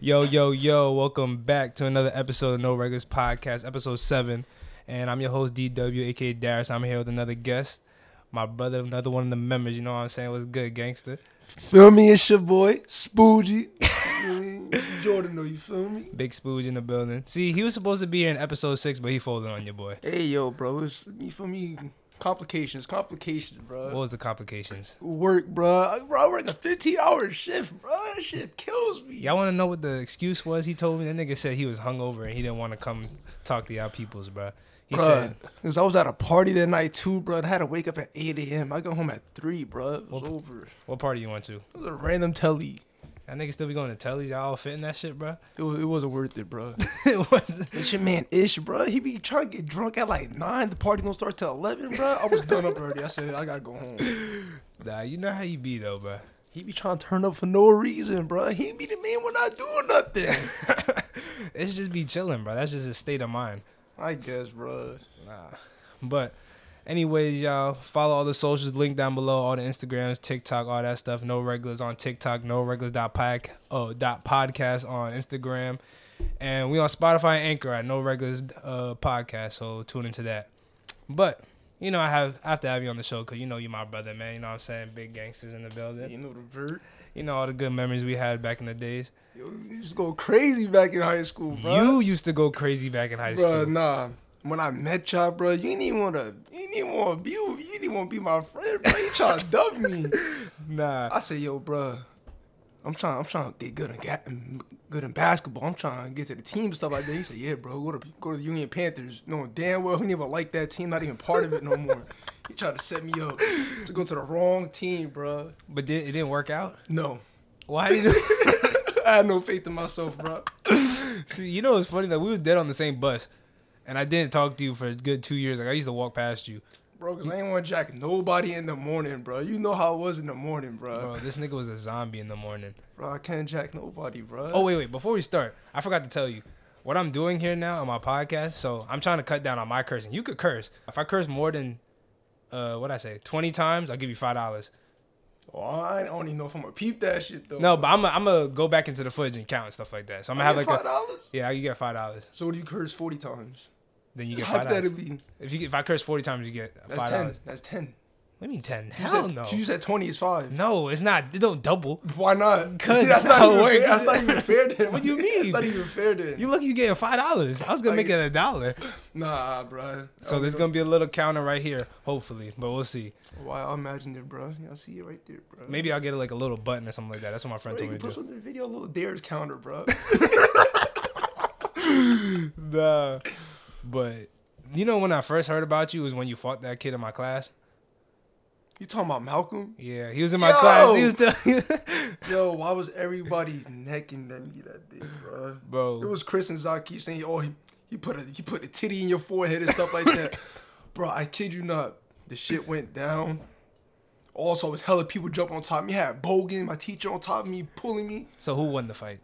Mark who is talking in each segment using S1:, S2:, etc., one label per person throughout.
S1: Yo, yo, yo, welcome back to another episode of No Regulars Podcast, episode seven. And I'm your host, DW, aka Darius. I'm here with another guest, my brother, another one of the members. You know what I'm saying? What's good, gangster?
S2: Feel me? It's your boy, Spoogie. You mean? Jordan, though, you feel me?
S1: Big Spooge in the building. See, he was supposed to be here in episode six, but he folded on your boy.
S2: Hey, yo, bro. It's, you feel me? Complications, complications,
S1: What
S2: bro.
S1: was the complications?
S2: Work, bro. I, bro, I work a 15 hour shift, bro. That shit kills me.
S1: Y'all want to know what the excuse was? He told me that nigga said he was hungover and he didn't want to come talk to y'all peoples, bruh. He
S2: Bro,
S1: said,
S2: because I was at a party that night, too, bro. I had to wake up at 8 a.m. I go home at 3, bro. It was over.
S1: "What party you want to?"
S2: It was a random telly.
S1: That nigga still be going to tellies. Y'all all fit in that shit, bruh.
S2: It, was, it wasn't worth it, bro.
S1: it was.
S2: It's your man Ish, bro. He be trying to get drunk at like nine. The party don't start till eleven, bro. I was done up already. I said I gotta go home.
S1: Nah, you know how you be though, bruh.
S2: He be trying to turn up for no reason, bro. He be the man when not doing nothing.
S1: It's just be chilling, bro. That's just his state of mind.
S2: I guess, bro.
S1: Nah. But anyways, y'all, follow all the socials linked down below, all the Instagrams, TikTok, all that stuff. No regulars on TikTok, no regulars dot pack oh dot podcast on Instagram. And we on Spotify and Anchor at No Regulars uh, Podcast, so tune into that. But you know, I have I have to have you on the show because you know you my brother, man. You know what I'm saying? Big gangsters in the building.
S2: You know the vert.
S1: You know all the good memories we had back in the days.
S2: Yo, you just go crazy back in high school, bro.
S1: You used to go crazy back in high
S2: bro,
S1: school.
S2: nah. When I met y'all, bro, you didn't even wanna, you didn't even wanna be, you didn't even wanna be my friend, bro. You trying to dub me.
S1: Nah.
S2: I say, yo, bro, I'm trying, I'm trying to get good in, ga- good in basketball. I'm trying to get to the team and stuff like that. He said, yeah, bro, go to go to the Union Panthers. No, damn well, he never liked that team. Not even part of it no more. he tried to set me up to go to the wrong team, bro.
S1: But did, it didn't work out.
S2: No,
S1: Why did it?
S2: I had no faith in myself, bro.
S1: See, you know it's funny that we was dead on the same bus, and I didn't talk to you for a good two years. Like I used to walk past you,
S2: Bro, cause I ain't want to jack nobody in the morning, bro. You know how it was in the morning, bro.
S1: bro.
S2: Bro,
S1: This nigga was a zombie in the morning.
S2: I can't jack nobody, bro.
S1: Oh wait, wait. Before we start, I forgot to tell you what I'm doing here now on my podcast. So I'm trying to cut down on my cursing. You could curse. If I curse more than, uh, what I say, twenty times, I'll give you five dollars.
S2: Oh, I don't even know if I'm gonna peep that shit though.
S1: No, but I'm gonna I'm gonna go back into the footage and count and stuff like that. So I'm gonna have like
S2: Oh, five
S1: a
S2: dollars.
S1: yeah, you get five dollars.
S2: So what do you curse forty times?
S1: Then you get five dollars.
S2: Hypothetically,
S1: If you get, if I curse forty times, you get
S2: that's
S1: five
S2: ten.
S1: dollars.
S2: That's ten.
S1: What do you mean ten?
S2: You
S1: Hell
S2: said,
S1: no.
S2: You said twenty is five.
S1: No, it's not. It don't double.
S2: Why not?
S1: 'Cause
S2: that's
S1: that's how
S2: not
S1: it
S2: even fair.
S1: works.
S2: That's not even fair. Then
S1: What do you
S2: That's
S1: mean?
S2: not even fair. Then
S1: You look, you getting five dollars. I was gonna
S2: Like-
S1: make it a dollar.
S2: nah, bro.
S1: So there's gonna be a little counter right here, hopefully, but we'll see.
S2: Why I imagined it, bro. I see it right there, bro.
S1: Maybe I'll get like a little button or something like that. That's what my friend
S2: Bro, you
S1: told
S2: can
S1: me to
S2: put
S1: do.
S2: something in the video, a little dares counter, bro.
S1: Nah. But you know when I first heard about you was when you fought that kid in my class.
S2: you talking about Malcolm?
S1: Yeah, he was in my
S2: Yo!
S1: class. He was still,
S2: Yo, why was everybody necking that nigga that day, bro?
S1: bro.
S2: It was Chris and Zaki saying, "Oh, he, he put a he put a titty in your forehead and stuff like that." Bro, I kid you not, the shit went down. Also, it was hella people jump on top of me. Had Bogan, my teacher, on top of me, pulling me.
S1: so who won the fight?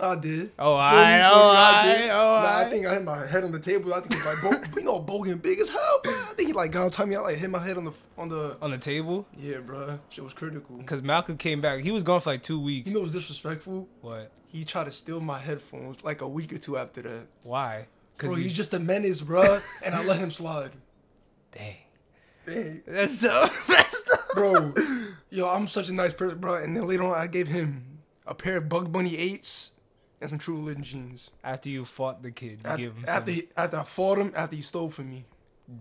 S2: I did.
S1: Oh,
S2: Feel me?
S1: I-
S2: Feel me?
S1: oh,
S2: did.
S1: I- oh,
S2: nah, I
S1: I.
S2: think I hit my head on the table. I think it's like, Bo- you know, Bogan big as hell. Bro. I think he like got on top of me. I like hit my head on the on the.
S1: On the table?
S2: Yeah, bro, shit was critical.
S1: Because Malcolm came back. He was gone for like two weeks.
S2: You know, it was disrespectful.
S1: What?
S2: He tried to steal my headphones like a week or two after that.
S1: Why?
S2: Bro,
S1: Because he.
S2: he's just a menace, bro. and I let him slide.
S1: Dang.
S2: Dang.
S1: That's so. That's so.
S2: Bro, yo, I'm such a nice person, bro. And then later on, I gave him a pair of Bug Bunny 8s and some True Religion jeans.
S1: After you fought the kid, you
S2: After,
S1: gave him
S2: after,
S1: some.
S2: he, after I fought him, after he stole from me.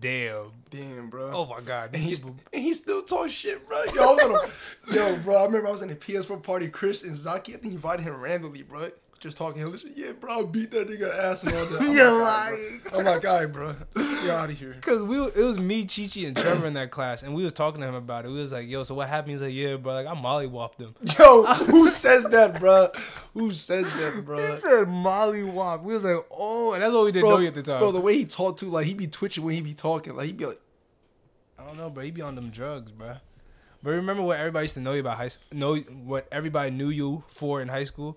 S1: Damn.
S2: Damn, bro.
S1: Oh my God.
S2: And he's and he still talk shit, bro. Yo, I was on a- yo, bro. I remember I was in a PS4 party. Chris and Zaki, I think he invited him randomly, bro. Just talking hella shit. Yeah, bro, I beat that nigga ass and all that. I'm
S1: You're
S2: like, "All right, bro." I'm like, all right, bro. Get out of here.
S1: Cause we it was me, Chichi, and Trevor in that class, and we was talking to him about it. We was like, "Yo, so what happened?" He's like, "Yeah, bro, like I mollywopped him."
S2: Yo, who says that, bro? Who says that, bro?
S1: said mollywopped. We was like, "Oh," and that's what we didn't know you at the time.
S2: bro, the way he talked too, like he be twitching when he be talking, like he be like,
S1: I don't know, bro. He be on them drugs, bro. But remember what everybody used to know you about high school? Know what everybody knew you for in high school?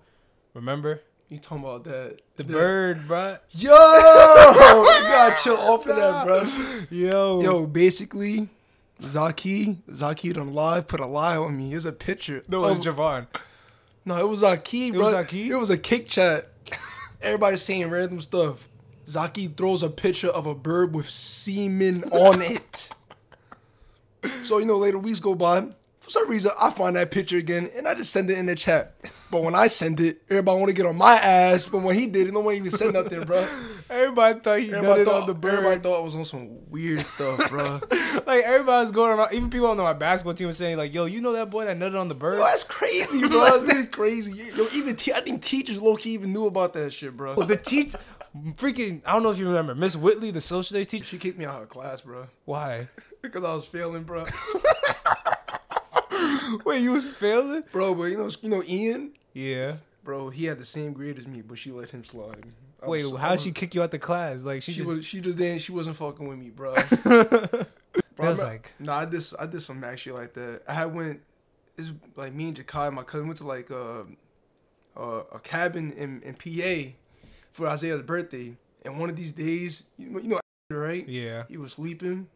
S1: Remember
S2: you talking about that?
S1: the bird, bro?
S2: Yo, you gotta chill off of that, bro.
S1: Yo,
S2: Yo, basically, Zaki, Zaki done live put a lie on me. It's a picture.
S1: No,
S2: of-
S1: it's Javon.
S2: no, it was Zaki, bro.
S1: was Zaki?
S2: It was a kick chat. Everybody saying random stuff. Zaki throws a picture of a bird with semen on it. So you know, later weeks go by. For some reason, I find that picture again, and I just send it in the chat. But when I send it, everybody want to get on my ass. But when he did it, no one even said nothing, bro.
S1: Everybody thought he
S2: Everybody
S1: nutted
S2: thought
S1: on the bird.
S2: Everybody thought it was on some weird stuff, bro.
S1: like everybody's going around. Even people on my basketball team was saying like, "Yo, you know that boy that nutted on the bird?"
S2: Yo, that's crazy, bro. That's crazy. Yo, even te- I think teachers low key even knew about that shit, bro.
S1: The teach, freaking, I don't know if you remember Miss Whitley, the social studies teacher.
S2: She kicked me out of class, bro,
S1: Why?
S2: because I was failing, bro.
S1: Wait, you was failing?
S2: bro, but you know, you know, Ian,
S1: Yeah.
S2: bro, he had the same grade as me, but she let him slide. I
S1: Wait,
S2: was- I
S1: how'd
S2: was-
S1: she kick you out the class? Like she,
S2: She
S1: just,
S2: was. She just didn't. She wasn't fucking with me, bro.
S1: that was
S2: I'm-
S1: like,
S2: No, I did. I did some mad shit like that. I had went. It's like me and Jakai, my cousin, went to like uh, uh, a cabin in, in PA for Isaiah's birthday. And one of these days, you know, you know right?
S1: yeah.
S2: He was sleeping.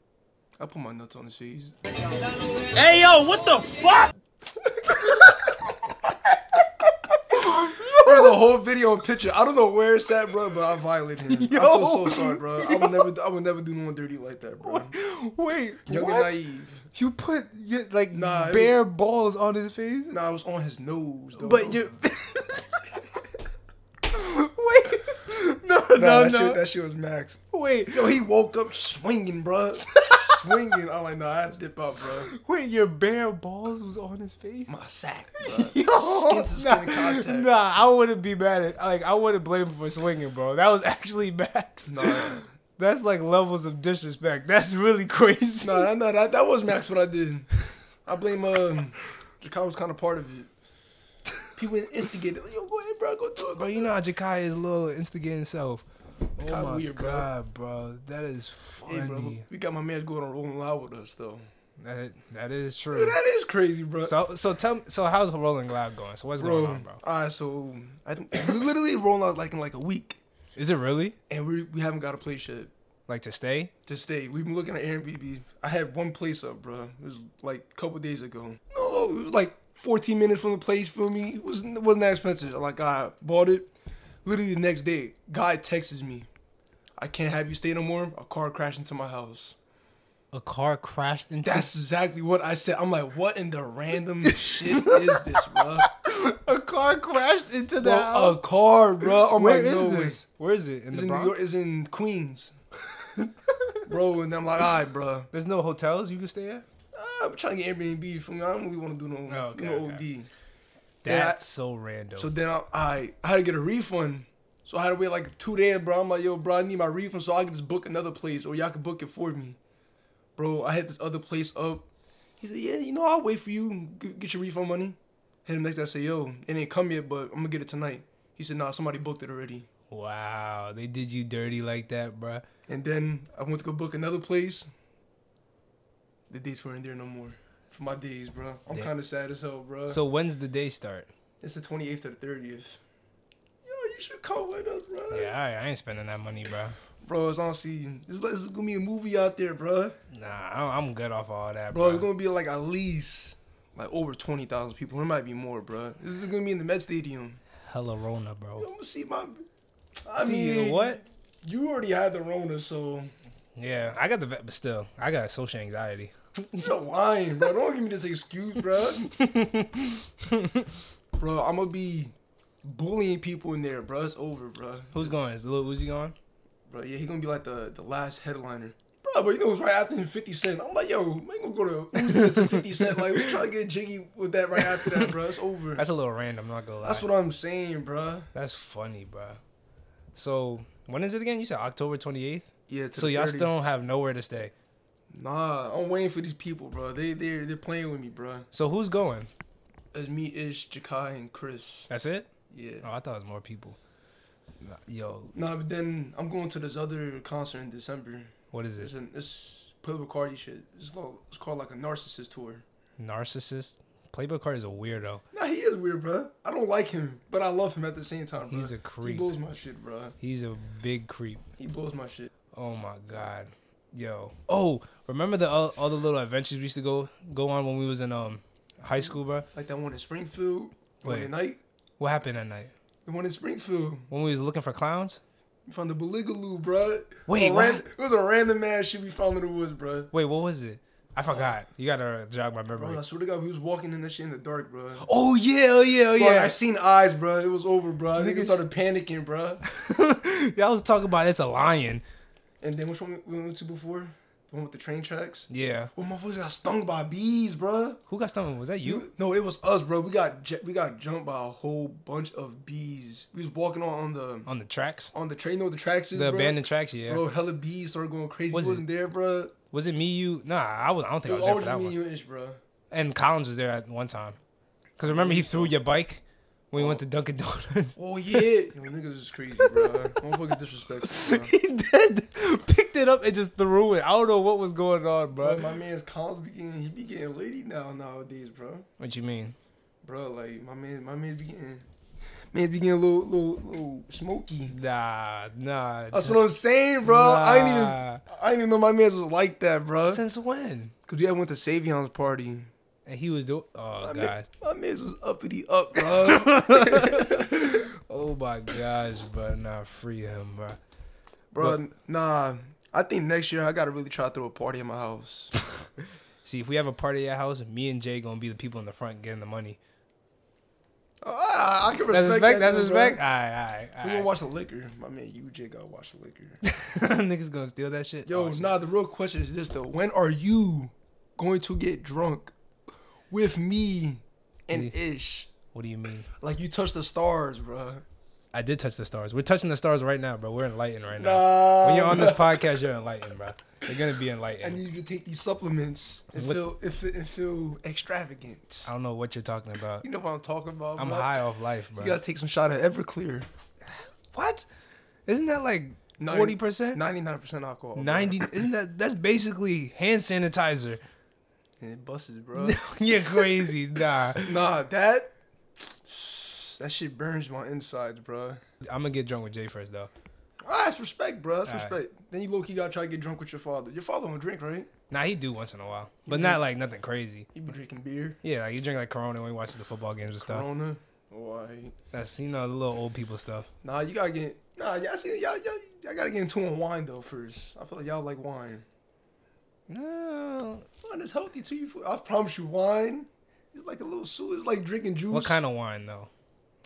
S2: I put my nuts on his face.
S3: Hey yo, what the fuck?
S2: There's a whole video and picture. I don't know where it's at, bro, but I violated him. I feel
S1: Yo.
S2: so sorry, bro. I would never, I would never do no one dirty like that, bro.
S1: Wait,
S2: Young
S1: what?
S2: and naive.
S1: You put your, like
S2: Nah, it
S1: bare balls on his face,
S2: Nah, I was on his nose, though.
S1: but you. Wait, no,
S2: Nah,
S1: no,
S2: that,
S1: no.
S2: Shit, that shit was max.
S1: Wait,
S2: Yo, he woke up swinging, bro. swinging. I'm like, nah, I had to dip out, bro.
S1: wait, your bare balls was on his face.
S2: My sack, bro.
S1: Yo,
S2: skin to skin
S1: nah,
S2: contact.
S1: Nah, I wouldn't be mad at like I wouldn't blame him for swinging, bro. That was actually max.
S2: Nah.
S1: That's like levels of disrespect. That's really crazy.
S2: No, no, no, that, that was Max what I did. I blame um Jakai was kind of part of it. People instigated. Like, Yo, go ahead, bro, go do it. Bro,
S1: But you know how Jakai is a little instigating himself.
S2: Kinda
S1: oh my
S2: weird, bro.
S1: god, bro. That is funny.
S2: Hey, bro, we got my man going on rolling loud with us though.
S1: That that is true.
S2: Dude, that is crazy, bro.
S1: So so tell me, so how's Rolling Loud going? So what's
S2: bro,
S1: going on, bro?
S2: all right, so I we literally rolling out like in like a week,
S1: Is it really
S2: and we we haven't got a place yet
S1: like to stay?
S2: to stay. We've been looking at Airbnb. I had one place up, bro. It was like a couple days ago. No, it was like 14 minutes from the place for me. It wasn't it wasn't that expensive. Like I bought it. Literally the next day, guy texts me, "I can't have you stay no more. A car crashed into my house."
S1: A car crashed into
S2: That's exactly what I said. I'm like, what in the random shit is this, bro?
S1: a car crashed into the
S2: bro a car, bro. I'm
S1: Where
S2: like,
S1: is
S2: no way.
S1: this? Where is it? In
S2: It's
S1: the
S2: in New
S1: Bronx?
S2: York. It's in Queens, bro. And I'm like, all right, bro.
S1: There's no hotels you can stay at.
S2: Uh, I'm trying to get Airbnb for me. I don't really want to do no,
S1: Oh, okay,
S2: no
S1: okay.
S2: OD.
S1: That's so random.
S2: So then I, I I had to get a refund. So I had to wait like two days, bro. I'm like, yo, bro, I need my refund so I can just book another place or y'all can book it for me. Bro, I hit this other place up. He said, yeah, you know, I'll wait for you. Get, get your refund money. Hit him next day. I said, yo, it ain't come yet, but I'm going to get it tonight. He said, nah, somebody booked it already.
S1: wow, they did you dirty like that, bruh.
S2: And then I went to go book another place. The dates weren't there no more for my days, bro. I'm
S1: Yeah.
S2: kind of sad as hell, bro.
S1: So when's the day start?
S2: it's the 28th to the 30th. Yo, you should come with us, bro.
S1: Yeah, all right, I ain't spending that money, bruh.
S2: Bro, it's honestly, it's, like- it's gonna be a movie out there, bro.
S1: Nah, I- I'm good off all that,
S2: Bro,
S1: bro.
S2: it's gonna be like at least like over twenty thousand people. It might be more, bro. This is gonna be in the Met Stadium.
S1: Hella Rona, bro.
S2: I'm gonna see my. I
S1: See
S2: mean,
S1: what?
S2: You already had the Rona, so
S1: Yeah, I got the vet, but still, I got social anxiety.
S2: you're lying, bro. Don't give me this excuse, bro. bro, I'm gonna be bullying people in there, bro. It's over, bro.
S1: Who's going? Is Lil Uzi going?
S2: Bro, yeah, he gonna be like the, the last headliner. Bro, but you know it's right after him 50 Cent. I'm like, yo, man gonna go to Uzi to 50 Cent. Like, we trying to get jiggy with that right after that, bro. It's over.
S1: That's a little random. Not gonna lie.
S2: That's what I'm saying, bro.
S1: That's funny, bro. So when is it again? You said October 28th.
S2: Yeah, to
S1: So
S2: the
S1: y'all
S2: 30.
S1: still don't have nowhere to stay.
S2: Nah, I'm waiting for these people, bro. They they they're playing with me, bro.
S1: So who's going?
S2: It's me, Ish, Jakai, and Chris.
S1: That's it? Oh,
S2: Yeah.
S1: I thought it was more people. Nah, Yo,
S2: Nah, but then I'm going to this other concert in December.
S1: what is
S2: It's
S1: it?
S2: an it's Playboy Cardi shit. It's, lo- it's called like a narcissist tour.
S1: Narcissist. Playboy Card is a weirdo.
S2: Nah, he is weird, bro. I don't like him, but I love him at the same time, bro.
S1: He's a
S2: He
S1: creep.
S2: blows my shit, bro.
S1: He's a big creep.
S2: He blows my shit.
S1: Oh my god. Yo. Oh, remember the uh, other little adventures we used to go go on when we was in um high school, bro?
S2: Like that one in Springfield. the One
S1: Wait.
S2: at night.
S1: What happened that night
S2: The one in Springfield.
S1: when we was looking for clowns?
S2: We found the Baligaloo, bro.
S1: Wait, what?
S2: It was a random ass shit we found in the woods, bro.
S1: Wait, what was it? I forgot. You gotta jog my
S2: Bro,
S1: memory.
S2: I swear to God, we was walking in that shit in the dark, bro.
S1: Oh yeah, oh yeah, oh
S2: Yeah, I
S1: yeah.
S2: seen eyes, bro. It was over, bro. Niggas
S1: Niggas-
S2: started panicking, bro.
S1: Y'all was talking about it's a lion.
S2: And then which one we went to before? The one with the train tracks?
S1: Yeah.
S2: Well, motherfuckers got stung by bees, bro.
S1: Who got stung? Was that you?
S2: No, it was us, bro. We got ju- we got jumped by a whole bunch of bees. We was walking on, on the
S1: On the tracks?
S2: on the train, you know what the tracks is,
S1: The
S2: bro?
S1: abandoned tracks, yeah.
S2: Bro, hella bees started going crazy.
S1: Was
S2: Was
S1: it-
S2: wasn't there, bro.
S1: Was it me, you? Nah, I was. I don't think
S2: It
S1: I
S2: was
S1: was there for
S2: always
S1: that
S2: me
S1: one.
S2: and you, Ish, bro.
S1: And Collins was there at one time. Cause remember he threw your bike when we went to Dunkin' Donuts.
S2: Oh yeah, yo, niggas is crazy, bro. Motherfuckers disrespectful, bro.
S1: he did. Picked it up and just threw it. I don't know what was going on,
S2: Bro,
S1: bro.
S2: my man's Collins be getting he be getting lady now nowadays, bro.
S1: What you mean?
S2: Bro, like my man, my man's be getting, man's be getting a little, little, little smoky.
S1: Nah, nah.
S2: That's what I'm saying, bro. I ain't even,
S1: Nah.
S2: I ain't even know my man's was like that, bro.
S1: Since when?
S2: Cause yeah, I went to Savion's party.
S1: And he was doing. Oh
S2: Man-
S1: god.
S2: My man's was uppity up, bro.
S1: Oh my gosh, bro. Nah, free him, bro.
S2: bro, nah. I think next year I gotta really try to throw a party at my house.
S1: See, if we have a party at your house, me and Jay gonna be the people in the front getting the money.
S2: Oh, I, I can
S1: That's
S2: respect.
S1: respect.
S2: that,
S1: That's
S2: too,
S1: respect.
S2: Bro.
S1: All right, all
S2: We
S1: right.
S2: gonna watch the liquor. My man UJ gotta watch the liquor.
S1: Niggas gonna steal that shit.
S2: Yo,
S1: Oh, shit.
S2: nah, the real question is this though. When are you going to get drunk with me and Ish?
S1: What do you mean?
S2: Like you touch the stars, bro.
S1: I did touch the stars. We're touching the stars right now, bro. We're enlightened right now.
S2: Nah.
S1: When you're on this podcast, you're enlightened, bro. You're gonna be
S2: I
S1: enlightened.
S2: need you to take these supplements and
S1: What-
S2: feel and feel, and feel extravagant.
S1: I don't know what you're talking about.
S2: You know what I'm talking about.
S1: I'm
S2: bro.
S1: high off life,
S2: You
S1: bro.
S2: gotta take some shot of Everclear.
S1: What? Isn't that like
S2: Nine-
S1: forty percent?
S2: 99% alcohol. bro.
S1: Ninety? Isn't that that's basically hand sanitizer?
S2: And it busts, bro.
S1: you're crazy, nah.
S2: nah, that that shit burns my insides, bro.
S1: I'm gonna get drunk with Jay first though.
S2: Ah, that's respect, bro. That's
S1: Alright.
S2: respect. Then you low key gotta try to get drunk with your father. Your father don't drink, right?
S1: Nah, he do once in a while, but not like nothing crazy.
S2: You be drinking beer,
S1: Yeah, like he drink like Corona when he watches the football games and stuff.
S2: Corona. Why?
S1: That's you know the little old people stuff.
S2: Nah, you gotta get. Nah, y'all see, y'all, y'all, y'all gotta get into a wine though first. I feel like y'all like wine.
S1: No.
S2: Wine is healthy too. You, fool. I promise you, wine. It's like a little soup. It's like drinking juice.
S1: What kind of wine though?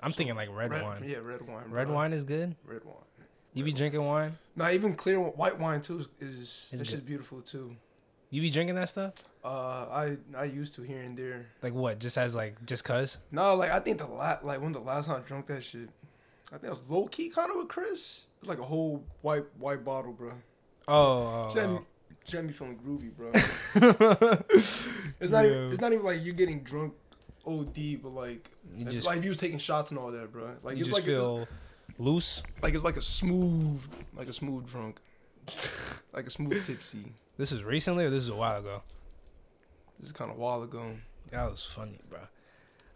S1: I'm thinking like red,
S2: red
S1: wine.
S2: Yeah, red wine.
S1: Red
S2: bro.
S1: wine is good.
S2: Red wine.
S1: You be drinking wine?
S2: Nah, even clear wi- white wine too is
S1: It's
S2: it's just
S1: good.
S2: beautiful too.
S1: You be drinking that stuff?
S2: Uh, I I used to here and there.
S1: Like what? Just as like just cuz?
S2: Nah, like I think the last like when the last time I drunk that shit, I think I was low key kind of with Chris. It's like a whole white white bottle, bro.
S1: Oh, oh,
S2: She had, me,
S1: oh.
S2: she had me feeling groovy, bro. it's not even.
S1: Yeah.
S2: It's not even like you're getting drunk, OD, but like,
S1: You
S2: it's
S1: just-
S2: like you was taking shots and all that, bro. Like
S1: you
S2: it's
S1: just
S2: like
S1: feel loose.
S2: it's, like it's like a smooth, like a smooth drunk, like a smooth tipsy.
S1: This was recently or this was a while ago?
S2: This is kind of a while ago.
S1: That was funny, bro.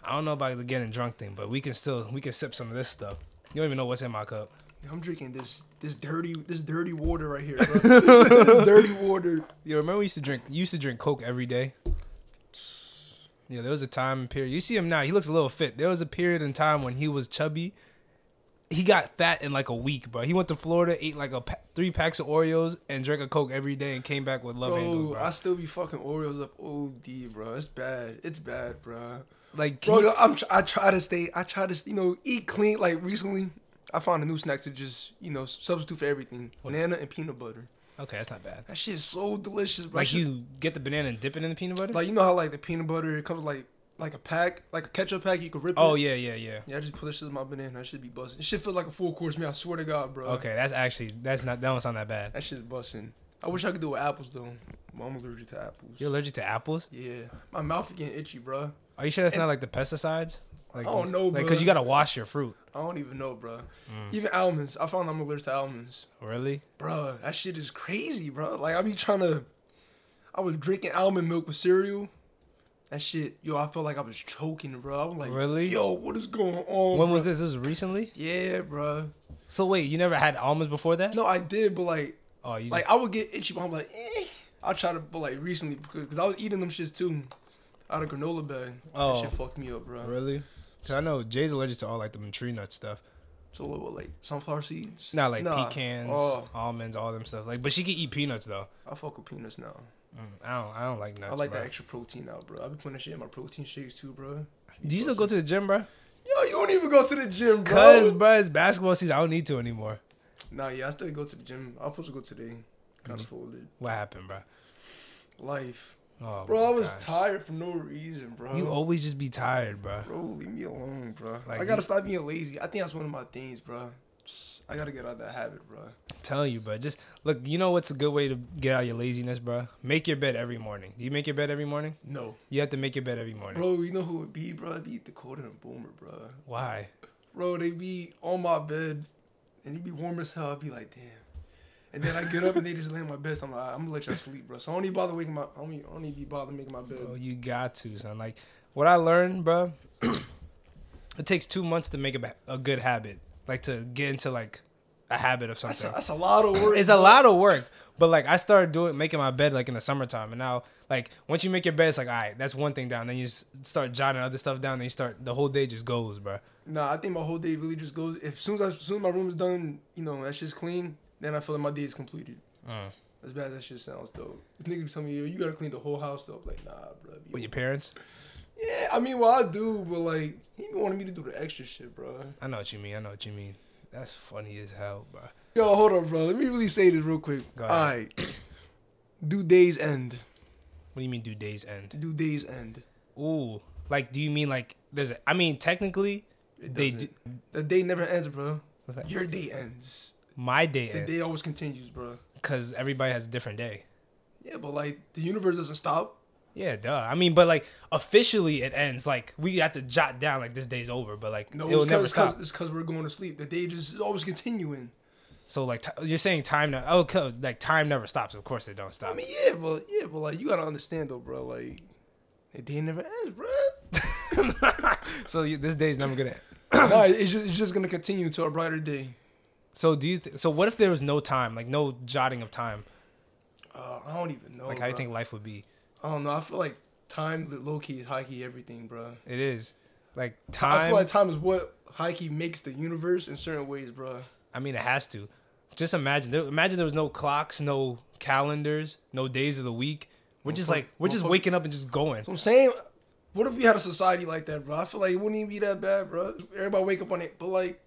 S1: I don't know about the getting drunk thing, but we can still we can sip some of this stuff. You don't even know what's in my cup.
S2: I'm drinking this this dirty this dirty water right here, bro. this dirty water.
S1: You remember we used to drink you used to drink Coke every day? Yeah, there was a time and period. You see him now, he looks a little fit. There was a period in time when he was chubby. He got fat in like a week, bro. He went to Florida, ate like a pa- three packs of Oreos and drank a Coke every day and came back with love handles,
S2: Bro,
S1: bro.
S2: I still be fucking Oreos up OD, bro. It's bad. It's bad, bro.
S1: like can you-
S2: Bro, I'm, I try to stay. I try to, you know, eat clean. Like recently, I found a new snack to just, you know, substitute for everything: banana and peanut butter.
S1: Okay, that's not bad.
S2: That shit is so delicious, bro. I
S1: Like
S2: should-
S1: you get the banana and dip it in the peanut butter?
S2: like you know how like the peanut butter it comes with, like like a pack, like a ketchup pack. You can rip.
S1: oh
S2: it.
S1: yeah, yeah, yeah.
S2: Yeah, I just put this shit in my banana. That should be busting. It should feel like a full course meal. I swear to God, bro.
S1: Okay, that's actually that's not that don't sound that bad.
S2: That shit's busting. I wish I could do it with apples though. But I'm allergic to apples.
S1: You're allergic to apples?
S2: Yeah, my mouth is getting itchy, bro.
S1: Are you sure that's not like the pesticides? Like,
S2: I don't know,
S1: like,
S2: bro.
S1: cause you gotta wash your fruit.
S2: I don't even know, bro.
S1: Mm.
S2: Even almonds. I found I'm allergic to almonds.
S1: Really?
S2: Bruh, that shit is crazy, bro. Like I be trying to, I was drinking almond milk with cereal. That shit, yo, I felt like I was choking, bro. I'm like,
S1: Really?
S2: Yo, what is going on?
S1: When was this? This was recently.
S2: yeah, bro.
S1: So wait, you never had almonds before that?
S2: No, I did, but like,
S1: Oh, you
S2: Like
S1: just,
S2: I would get itchy, but I'm like, eh. I try to, but like recently, because I was eating them shits too, out of granola bag.
S1: Oh.
S2: that shit fucked me up, bro.
S1: really? 'Cause I know Jay's allergic to all like the tree nut stuff.
S2: So what, what, like sunflower seeds?
S1: Not like
S2: Nah.
S1: pecans,
S2: Oh,
S1: almonds, all them stuff. Like, but she can eat peanuts though.
S2: I fuck with peanuts now.
S1: Mm, I don't. I don't like nuts.
S2: I like
S1: bro.
S2: that extra protein out, bro. I be putting that shit in my protein shakes too, bro.
S1: Do you still go to the gym, bro?
S2: Yo, you don't even go to the gym, bro.
S1: Cause, bro, it's basketball season. I don't need to anymore.
S2: Nah, yeah, I still go to the gym. I was supposed to go today. Kind
S1: Mm-hmm.
S2: of folded.
S1: What happened, bro?
S2: Life.
S1: Oh,
S2: Bro,
S1: my
S2: I was
S1: gosh.
S2: tired for no reason, bro.
S1: You always just be tired, bro.
S2: bro, leave me alone, bro.
S1: Like,
S2: I gotta
S1: you-
S2: stop being lazy. I think that's one of my things, bro. Just- I gotta get out of that habit, bro.
S1: I'm telling you, bro. Just look. You know what's a good way to get out of your laziness, bro? Make your bed every morning. Do you make your bed every morning?
S2: No.
S1: You have to make your bed every morning.
S2: Bro, you know who it be, bro? It be Dakota and Boomer, bro.
S1: Why?
S2: Bro, they be on my bed and he be warm as hell. I'd be like, damn. And then I get up and they just lay on my bed. So I'm like, I'm gonna let y'all sleep, bro. So I don't even bother waking my, I don't even, I don't even be bothered making my bed.
S1: Bro, you got to, son. Like what I learned, bro. it takes two months to make a, ba- a good habit, like to get into like a habit of
S2: That's a,
S1: something.
S2: that's a lot of work.
S1: it's a lot of work. But like I started doing making my bed like in the summertime, and now like once you make your bed, it's like all right, that's one thing down. Then you just start jotting other stuff down. Then you start the whole day just goes, bro.
S2: Nah, I think my whole day really just goes. If soon as, as soon as my room is done, you know, that shit's clean, then I feel like my day is completed.
S1: Uh.
S2: As bad as that shit sounds, though. This nigga be telling me, yo, you gotta clean the whole house, though. I'm like, nah, bro.
S1: With your parents,
S2: Yeah, I mean, well, I do, but like, he be wanting me to do the extra shit, bro.
S1: I know what you mean. I know what you mean. That's funny as hell, bro.
S2: Yo, hold on, bro. Let me really say this real quick.
S1: Go
S2: All
S1: ahead.
S2: right. do days end?
S1: What do you mean do days end?
S2: Do days end?
S1: Ooh, like do you mean like there's? A, I mean technically,
S2: It
S1: they do,
S2: doesn't. The day never ends, bro.
S1: Okay.
S2: Your day ends.
S1: my day
S2: The
S1: ends
S2: day always continues, bro.
S1: because everybody has a different day.
S2: Yeah, but like, the universe doesn't stop.
S1: Yeah, duh. I mean, but like officially it ends. Like we have to jot down like this day's over, but like
S2: No,
S1: it will
S2: it's
S1: never
S2: never
S1: stop.
S2: It's because we're going to sleep. The day just is always continuing.
S1: So like t- you're saying time now? Oh, 'cause, like time never stops. Of course it don't stop.
S2: I mean, yeah, but yeah, but like, you gotta understand though, bro. Like, the day never ends, bro.
S1: so you, this day's never gonna. End.
S2: no, it's just, it's just gonna continue to a brighter day.
S1: So do you? Th- so what if there was no time? Like no jotting of time?
S2: Uh, I don't even know.
S1: Like how you
S2: bro.
S1: think life would be?
S2: I don't know. I feel like time, low key, is high key everything, bro.
S1: It is. Like
S2: I
S1: time.
S2: feel like time is what high key makes the universe in certain ways, bro.
S1: I mean, it has to. Just imagine. There, imagine there was no clocks, no calendars, no days of the week. We're just
S2: fuck-
S1: like we're
S2: no
S1: just
S2: fuck-
S1: waking up and just going.
S2: I'm saying, what if we had a society like that, bro? I feel like it wouldn't even be that bad, bro. Everybody wake up on it, but like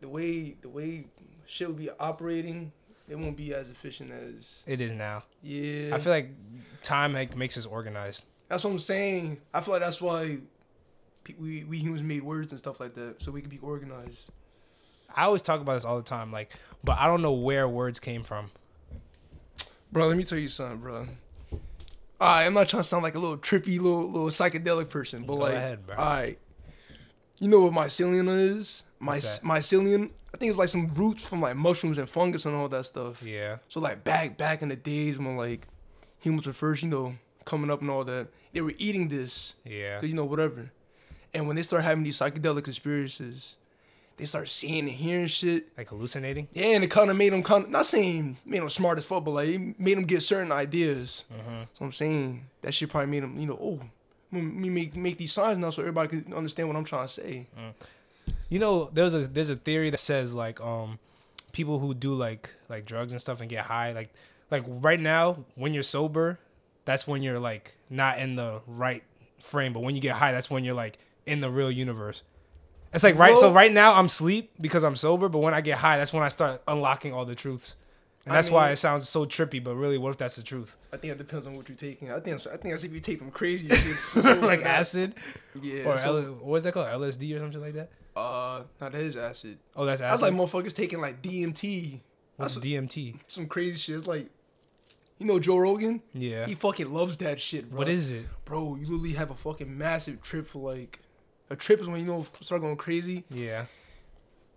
S2: the way the way shit would be operating, it won't be as efficient as
S1: It is now.
S2: yeah.
S1: I feel like time like makes us organized.
S2: that's what I'm saying. I feel like that's why pe- we we humans made words and stuff like that, so we could be organized.
S1: I always talk about this all the time. Like, but I don't know where words came from.
S2: Bro, let me tell you something, bro. All right, I'm not trying to sound like a little trippy, little little psychedelic person, but
S1: Go
S2: like,
S1: ahead, bro.
S2: all right, you know what mycelium is? My
S1: What's that?
S2: mycelium, I think it's like some roots from like mushrooms and fungus and all that stuff.
S1: Yeah.
S2: So like back back in the days when like humans were first, you know, coming up and all that, they were eating this,
S1: Yeah.
S2: 'cause, you know whatever. And when they start having these psychedelic experiences, they start seeing and hearing shit.
S1: Like hallucinating.
S2: Yeah, and it kind of made him kind of not saying made him smart as fuck, but like it made him get certain ideas.
S1: Mm-hmm.
S2: So I'm saying that shit probably made him, you know, oh, let me make make these signs now so everybody can understand what I'm trying to say.
S1: Mm. You know, there's a there's a theory that says like um people who do like like drugs and stuff and get high like like right now when you're sober, that's when you're like not in the right frame, but when you get high, that's when you're like in the real universe. It's like right so
S2: Well-
S1: right now I'm sleep because I'm sober, but when I get high, that's when I start unlocking all the truths. And
S2: I
S1: that's why
S2: mean-
S1: it sounds so trippy, but really what if that's the truth?
S2: I think it depends on what you're taking. I think I think that's if you take them crazy shits, so
S1: like
S2: that-
S1: acid
S2: yeah,
S1: or
S2: so,
S1: L- what's that called? LSD or something like that?
S2: uh, no, that is acid.
S1: Oh, that's acid.
S2: That's like motherfuckers taking like DMT,
S1: What's DMT?
S2: some crazy shit. It's like, you know, Joe Rogan.
S1: Yeah.
S2: he fucking loves that shit, bro.
S1: What is it?
S2: bro? You literally have a fucking massive trip for like. A trip is when you know start going crazy.
S1: Yeah.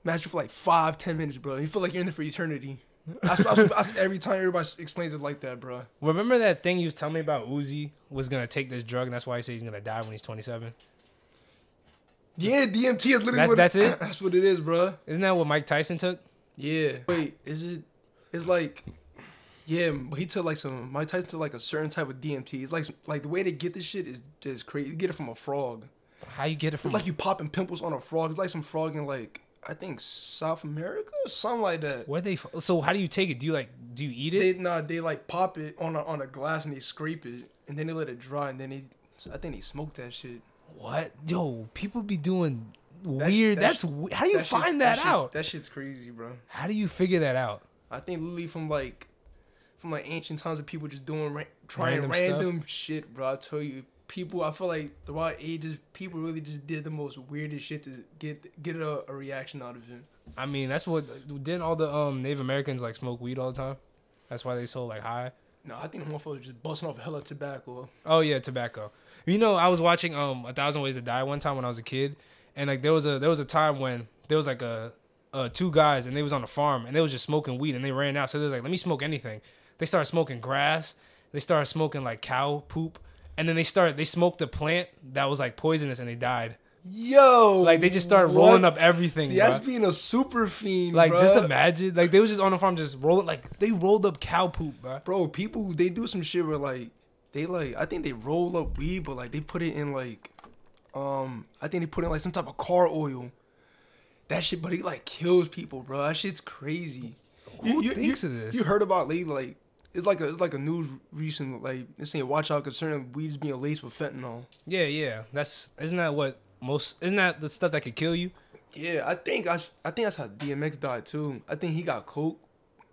S2: match you for like five, ten minutes, bro. You feel like you're in there for eternity. That's, that's, that's every time everybody explains it like that, bro.
S1: Remember that thing you was telling me about Uzi was gonna take this drug and that's why he said he's gonna die when he's 27?
S2: Yeah, DMT is literally
S1: That's-
S2: what
S1: that's it?
S2: That's what it is, bro.
S1: Isn't that what Mike Tyson took?
S2: Yeah. Wait, is it? It's like Yeah, but he took like some Mike Tyson took like a certain type of DMT. It's like like the way they get this shit is just crazy. You get it from a frog.
S1: How you get it from?
S2: It's like you popping pimples on a frog. It's like some frog in like I think South America or something like that.
S1: where they? f- So how do you take it? Do you like? Do you eat it?
S2: They nah, they like pop it on a, on a glass and they scrape it and then they let it dry and then they I think they smoke that shit.
S1: what? Yo, people be doing
S2: That sh-
S1: weird.
S2: that
S1: that's
S2: sh-
S1: we- how do you
S2: that shit-
S1: find that,
S2: shit's-
S1: out?
S2: That shit's crazy, bro.
S1: how do you figure that out?
S2: I think literally from like from like ancient times of people just doing ra- trying
S1: Random
S2: random,
S1: stuff?
S2: shit, bro. I tell you, people. I feel like throughout ages, people really just did the most weirdest shit to get get a, a reaction out of him.
S1: I mean, that's what didn't all the um Native Americans like smoke weed all the time. That's why they so like high.
S2: No, I think the motherfuckers just busting off hella tobacco.
S1: Oh yeah, tobacco. You know, I was watching um A Thousand Ways to Die one time when I was a kid, and like there was a there was a time when there was like a uh two guys and they was on a farm and they was just smoking weed and they ran out. So they was like, let me smoke anything. They started smoking grass. They started smoking like cow poop, and then they started they smoked a plant that was like poisonous and they died.
S2: Yo,
S1: Like they just started rolling
S2: what?
S1: up everything.
S2: See, that's
S1: bruh.
S2: being a super fiend.
S1: like
S2: bruh.
S1: just imagine, like they was just on a farm just rolling like they rolled up cow poop, bro.
S2: bro, people they do some shit where like they like I think they roll up weed, but like they put it in like um I think they put in like some type of car oil. That shit, but it like kills people, bro. That shit's crazy.
S1: Who thinks of this?
S2: You heard about like like it's like a it's like a news recent like it's saying watch out concerning weeds being laced with fentanyl.
S1: Yeah, yeah. That's isn't that what most isn't that the stuff that could kill you?
S2: Yeah, I think I, s- I think that's how DMX died too. I think he got coke.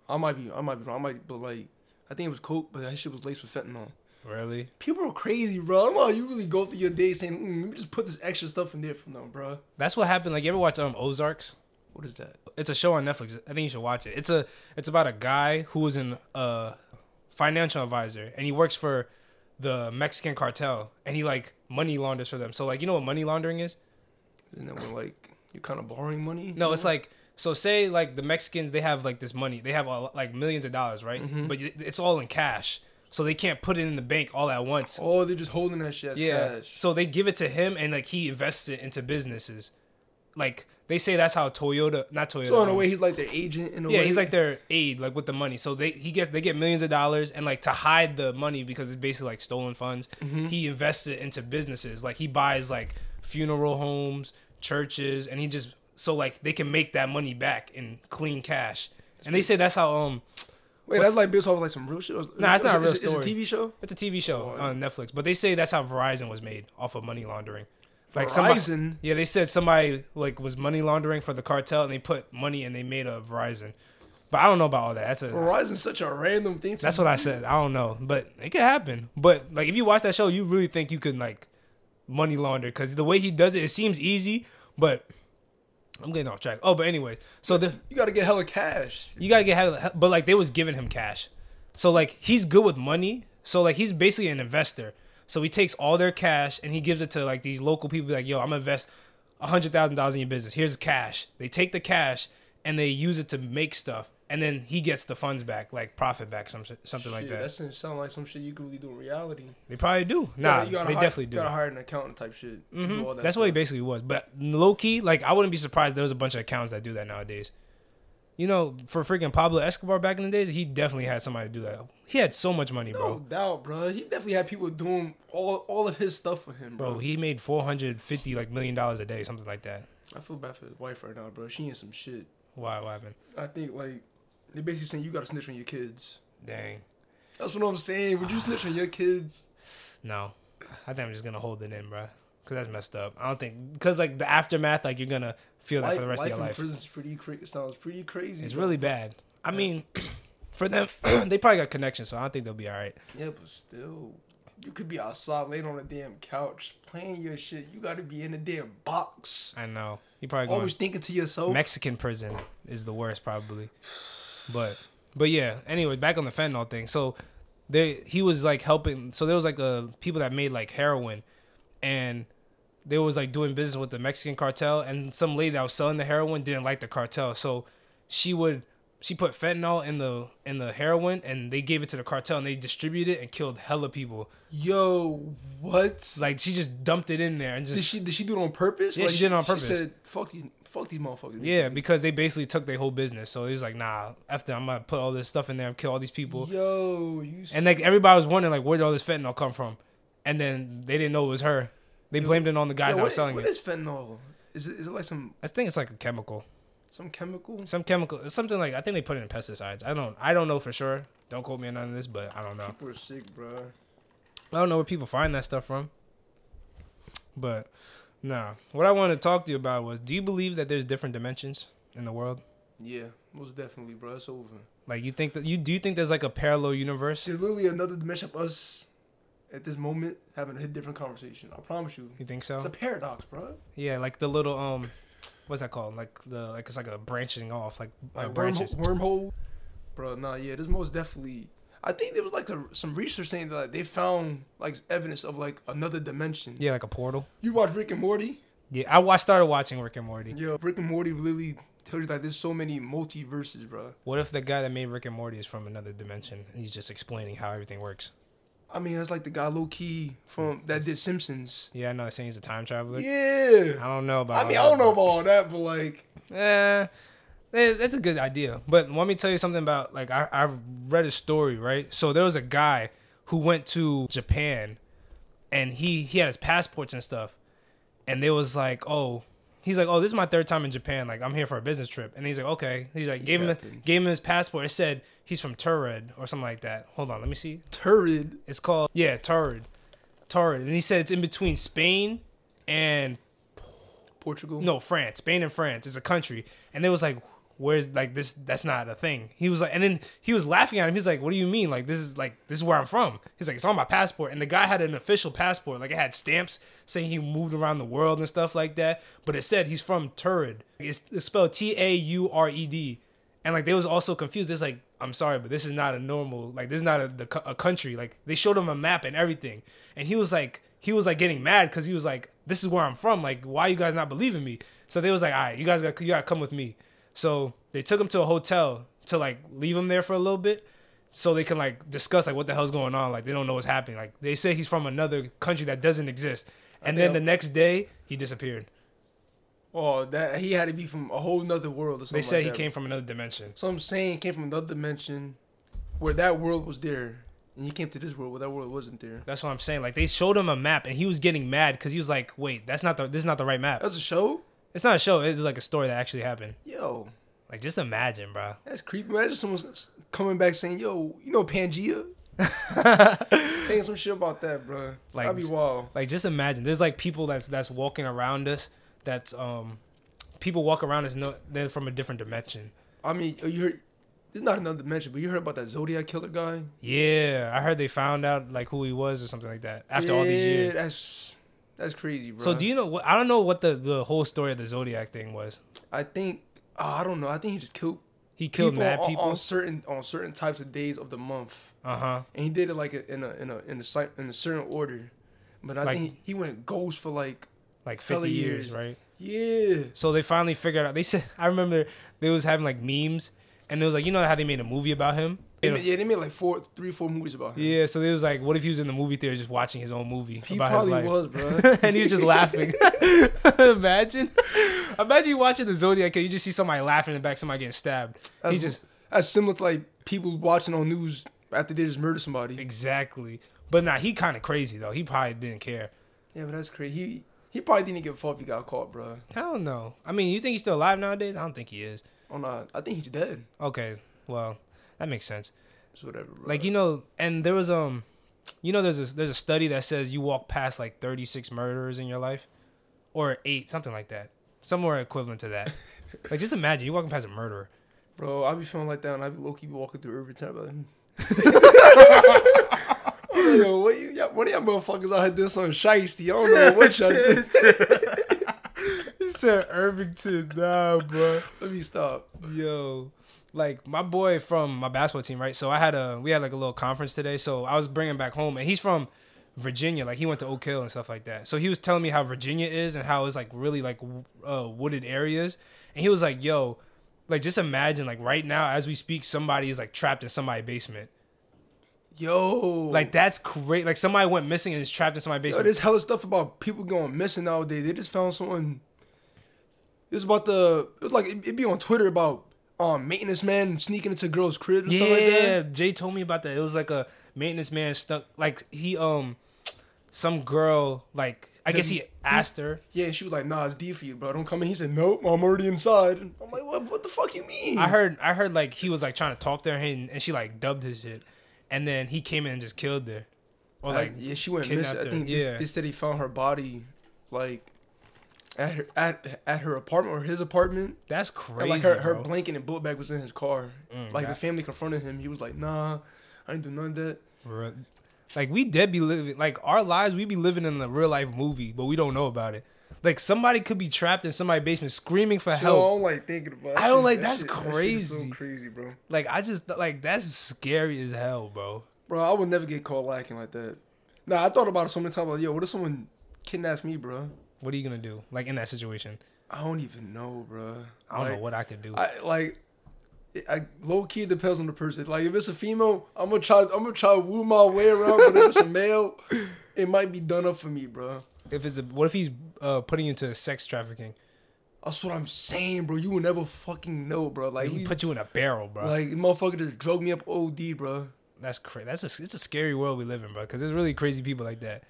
S2: I might be I might be wrong. I might but like I think it was coke, but that shit was laced with fentanyl.
S1: Really?
S2: People are crazy, bro. I don't know how you really go through your day saying, mm, let me just put this extra stuff in there for them, bro.
S1: That's what happened. Like you ever watch um Ozarks?
S2: What is that?
S1: It's a show on Netflix. I think you should watch it. It's a it's about a guy who was an uh financial advisor and he works for the Mexican cartel and he like money launders for them. So like you know what money laundering is?
S2: Isn't that when, like, you're kind of borrowing money?
S1: No, it's like so say like the Mexicans they have like this money. They have a, lo- like millions of dollars, right?
S2: Mm-hmm.
S1: But it- it's all in cash. So they can't put it in the bank all at once.
S2: Oh, they're just holding that shit as
S1: Yeah.
S2: cash.
S1: So they give it to him, and like he invests it into businesses. Like they say that's how Toyota, not Toyota.
S2: So, in a
S1: um,
S2: way, he's like their agent. In a
S1: yeah,
S2: way.
S1: he's like their aid, like with the money. So they he get they get millions of dollars, and like to hide the money because it's basically like stolen funds. He invests it into businesses. Like he buys like funeral homes, churches, and he just so like they can make that money back in clean cash. And they say that's how um
S2: Wait, that's like based off of, like some real shit? Or,
S1: Nah, it's not a real
S2: it's,
S1: story.
S2: It's a TV show?
S1: it's a TV show on Netflix, but they say that's how Verizon was made off of money laundering. Like
S2: Verizon?
S1: somebody, yeah, they said somebody like was money laundering for the cartel, and they put money and they made a Verizon. But I don't know about all that. That's a
S2: Verizon's such a random thing. To
S1: that's what I said. I don't know, but it could happen. But like if you watch that show, you really think you can like money launder because the way he does it, it seems easy. But I'm getting off track. Oh, but anyway, so the
S2: You gotta get hella cash.
S1: you gotta get hella- but like they was giving him cash so like he's good with money so like he's basically an investor so he takes all their cash and he gives it to like these local people like yo i'm gonna invest $100000 in your business here's cash they take the cash and they use it to make stuff and then he gets the funds back like profit back some, shit- something like
S2: Shit,
S1: that
S2: That sounds like some shit you could really do in reality.
S1: they probably do
S2: You
S1: nah
S2: gotta- you gotta
S1: they
S2: hire-
S1: definitely
S2: You
S1: do Mm-hmm.
S2: gotta hire an accountant type shit. to do all that
S1: that's what he
S2: stuff.
S1: basically was but low-key like i wouldn't be surprised there was a bunch of accounts that do that nowadays you know for freaking pablo escobar back in the days he definitely had somebody do that he had so much money bro
S2: No doubt, bro. He definitely had people doing all all of his stuff for him,
S1: Bro, he made four hundred fifty like million dollars a day, something like that.
S2: I feel bad for his wife right now, bro. She in some shit.
S1: Why? What happened?
S2: I think like they're basically saying you gotta snitch on your kids.
S1: Dang.
S2: That's what I'm saying. Would you snitch on your kids?
S1: No, I think I'm just gonna hold it in, bro. Cause that's messed up. I don't think because like the aftermath, like you're gonna feel that for the rest of your
S2: in
S1: life.
S2: prison's pretty cra- sounds pretty crazy.
S1: It's
S2: bro.
S1: really bad. I mean, for them, they probably got connections, so I don't think they'll be all right.
S2: yeah, but still, you could be outside laying on a damn couch playing your shit. You gotta be in a damn box,
S1: I know. You probably going
S2: always thinking to yourself.
S1: Mexican prison is the worst probably. But but yeah, anyway, back on the fentanyl thing. So they he was like helping so there was like uh people that made like heroin and they was like doing business with the Mexican cartel and some lady that was selling the heroin didn't like the cartel. So she would she put fentanyl in the in the heroin and they gave it to the cartel and they distributed it and killed hella people.
S2: Yo, what?
S1: Like she just dumped it in there and
S2: Did
S1: just
S2: she did she do it on purpose?
S1: Yeah, she did it on
S2: She
S1: purpose.
S2: said, "Fuck these, fuck these motherfuckers."
S1: yeah, because they basically took their whole business. So it was like, nah, after I'm gonna put all this stuff in there and kill all these people.
S2: Yo, you.
S1: And like everybody was wondering like where did all this fentanyl come from? And then they didn't know it was her. They blamed it on the guys
S2: Yo,
S1: that were
S2: what,
S1: selling
S2: what
S1: it.
S2: is fentanyl? Is it, is it like some
S1: I think it's like a chemical.
S2: some chemical?
S1: Some chemical it's something like I think they put it in pesticides. I don't I don't know for sure. Don't quote me on none of this, but I don't know.
S2: People are sick, bro.
S1: I don't know where people find that stuff from. But nah. What I wanted to talk to you about was do you believe that there's different dimensions in the world?
S2: Yeah, most definitely, bro. It's over.
S1: Like you think that you do you think there's like a parallel universe?
S2: There's literally another dimension of us at this moment having a different conversation. I promise you,
S1: You think
S2: it's a
S1: so?
S2: paradox, bro.
S1: Yeah, like the little um what's that called? Like the like it's like a branching off, like, like
S2: Like
S1: branches.
S2: wormhole, wormhole, bro. Nah, yeah, this most definitely. I think there was like a, some research saying that like, they found like evidence of like another dimension.
S1: Yeah, like a portal.
S2: You watch Rick and Morty?
S1: Yeah, I watched started watching Rick and Morty.
S2: Yo, Rick and Morty really tells you like there's so many multiverses, bro.
S1: What if the guy that made Rick and Morty is from another dimension and he's just explaining how everything works?
S2: I mean, that's like the guy low key from that did Simpsons.
S1: Yeah, I know. Saying he's a time traveler. I
S2: Yeah.
S1: don't know about.
S2: I mean, I
S1: all
S2: don't
S1: that,
S2: know about all that, but like,
S1: Eh, eh, that's a good idea. But let me tell you something about like I I read a story right. So there was a guy who went to Japan, and he he had his passports and stuff, and they was like, oh, he's like, oh, this is my third time in Japan. Like I'm here for a business trip, and he's like, okay. He's like gave him the,
S2: Japan.
S1: gave him his passport. It said he's from Turid or something like that. Hold on, let me see.
S2: turd.
S1: It's called yeah Turid, Turid, and he said it's in between Spain and
S2: Portugal.
S1: no France, Spain and France is a country, and they was like, "Where's like this? That's not a thing." He was like, and then he was laughing at him. He's like, "What do you mean? Like this is like this is where I'm from?" He's like, "It's on my passport," and the guy had an official passport, like it had stamps saying he moved around the world and stuff like that. But it said he's from Turid. It's, it's spelled T A U R E D, and like they was also confused. It's like. I'm sorry, but this is not a normal. Like, this is not a, the, co- a country. Like, they showed him a map and everything, and he was like, he was like getting mad because he was like, "This is where I'm from. Like, why you guys not believing me?" So they was like, "All right, you guys got you got to come with me." So they took him to a hotel to like leave him there for a little bit, so they can like discuss like what the hell's going on. Like they don't know what's happening. Like they say he's from another country that doesn't exist, and then the
S2: think-
S1: next day he disappeared.
S2: Oh, that he had to be from a whole nother world or something.
S1: They said
S2: like
S1: he
S2: that.
S1: came from another dimension.
S2: So I'm saying he came from another dimension, where that world was there, and he came to this world where that world wasn't there.
S1: That's what I'm saying. Like they showed him a map, and he was getting mad because he was like, "Wait, that's not the this is not the right map.
S2: That's a show.
S1: It's not a show. It's like a story that actually happened."
S2: Yo,
S1: Like just imagine, bro.
S2: that's creepy. Imagine someone's coming back saying, "Yo, you know Pangea." saying some shit about that, bro.
S1: Like-
S2: That'd be wild.
S1: Like just imagine, there's like people that's that's walking around us. That's um, people walk around us. No, they're from a different dimension.
S2: I mean, oh, you heard. It's not another dimension, but you heard about that Zodiac killer guy.
S1: Yeah, I heard they found out like who he was or something like that after all these
S2: Yeah,
S1: years.
S2: that's that's crazy, bro.
S1: So do you know what? I don't know what the the whole story of the Zodiac thing was.
S2: I think oh, I don't know. I think he just killed
S1: He killed
S2: people
S1: mad
S2: on,
S1: people.
S2: on certain on certain types of days of the month,
S1: Uh huh.
S2: and he did it like in a in a in a slight- in a certain order. But I
S1: Like-
S2: think he went ghost for like
S1: Like
S2: Hella
S1: fifty years,
S2: years.
S1: right?
S2: yeah.
S1: So they finally figured out. They said I remember they was having like memes, and it was like you know how they made a movie about him.
S2: They made- yeah, they made like four, three, four movies about him.
S1: Yeah, so they was like, what if he was in the movie theater just watching his own movie
S2: he
S1: about his
S2: probably
S1: life?
S2: was, bro.
S1: and he was just laughing. imagine, imagine you watching the Zodiac and you just see somebody laughing in the back, somebody getting stabbed. he
S2: That's,
S1: just
S2: that's similar to like people watching on news after they just murder somebody.
S1: exactly. But nah, he kind of crazy though. He probably didn't care.
S2: Yeah, but that's crazy. He he probably didn't give a fuck if he got caught, bro.
S1: I don't know. I mean, you think he's still alive nowadays? I don't think he is.
S2: Oh no, I think he's dead.
S1: Okay, well, that makes sense.
S2: It's whatever, bro.
S1: Like you know, and there was um, you know, there's a there's a study that says you walk past like 36 murderers in your life, or eight, something like that, somewhere equivalent to that. like just imagine you walking past a murderer.
S2: Bro, I be feeling like that and I be low key walking through every time. Like, hmm. I'm like, Yo, what you, y'all- what are y'all motherfuckers out here doing something shiesty? I don't know what y'all did.
S1: He said Irvington, nah, bro.
S2: Let me stop.
S1: Yo, like my boy from my basketball team, right? So I had a we had like a little conference today. So I was bringing back home, and he's from Virginia. Like he went to Oak Hill and stuff like that. So he was telling me how Virginia is and how it's like really like w- uh, wooded areas. And he was like, "Yo, Like just imagine, like right now as we speak, somebody is like trapped in somebody's basement.
S2: Yo,
S1: Like that's crazy. Like somebody went missing and is trapped in somebody's
S2: Yo,
S1: basement.
S2: there's hella stuff about people going missing nowadays. They just found someone. It was about the. It was like it'd be on Twitter about um maintenance man sneaking into girls' crib and stuff like
S1: yeah,
S2: that.
S1: Jay told me about that. It was like a maintenance man stuck. Like he um, some girl like I guess he asked her.
S2: Yeah, and she was like, "Nah, it's D for you, bro. Don't come in." He said, "Nope, I'm already inside." I'm like, "What? What the fuck you mean?"
S1: I heard I heard like he was like trying to talk to her and, and she like dubbed his shit, and then he came in and just killed her, or like
S2: Like, yeah, she went
S1: kidnapped
S2: missing. I
S1: her.
S2: think
S1: yeah.
S2: they, they said he found her body, like at her at at her apartment or his apartment.
S1: that's
S2: And,
S1: crazy.
S2: like her, her
S1: bro. Mm,
S2: blanket and book bag was in his car. like the
S1: that-
S2: family confronted him. He was like, "Nah, I didn't do none of that."
S1: Real- Like we dead be living like our lives we be living in a real life movie, but we don't know about it. Like somebody could be trapped in somebody's basement screaming for
S2: No, I
S1: help.
S2: don't like thinking about. it.
S1: I don't like-
S2: That
S1: that's
S2: shit- that shit is
S1: crazy.
S2: so crazy, bro.
S1: Like I just like that's scary as hell, bro.
S2: Bro, I would never get caught lacking like that. Nah, I thought about it so many times. Like, yo, what if someone kidnaps me, bro?
S1: What are you gonna do? Like in that situation,
S2: I don't even know, bro.
S1: I don't
S2: like,
S1: know what I could do.
S2: I like. it- I low key depends on the person. Like if it's a female, I'm gonna try. I'm gonna try to woo my way around. But if it's a male, it might be done up for me, bro.
S1: if it's a, what if he's uh, putting you into sex trafficking?
S2: That's what I'm saying, bro. You will never fucking know, bro. Like
S1: He
S2: we,
S1: put you in a barrel, bro.
S2: like motherfucker just drug me up OD, bro.
S1: that's crazy. That's a, it's a scary world we live in, bro. Because there's really crazy people like that.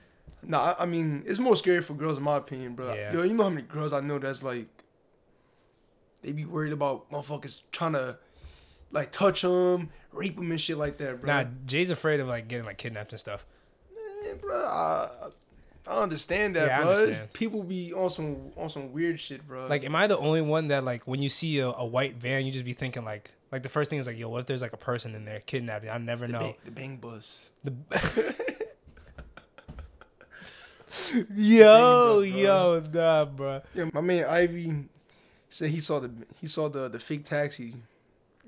S2: Nah, I, I mean, it's more scary for girls in my opinion, bro.
S1: Yeah.
S2: Yo, you know how many girls I know that's like, they be worried about motherfuckers trying to, like, touch them, rape them and shit like that, bro.
S1: Nah, Jay's afraid of like getting like kidnapped and stuff.
S2: Eh, bro, I, I understand that,
S1: Yeah, I
S2: bro. It's-
S1: understand.
S2: People be on some on some weird shit, bro.
S1: Like, am I the only one that like when you see a, a white van, you just be thinking like, like the first thing is like, yo, what if there's like a person in there kidnapped? I never know.
S2: bang, the bang bus.
S1: yo,
S2: dangerous,
S1: yo, nah, bro.
S2: Yeah, my man Ivy said he saw the he saw the the fake taxi.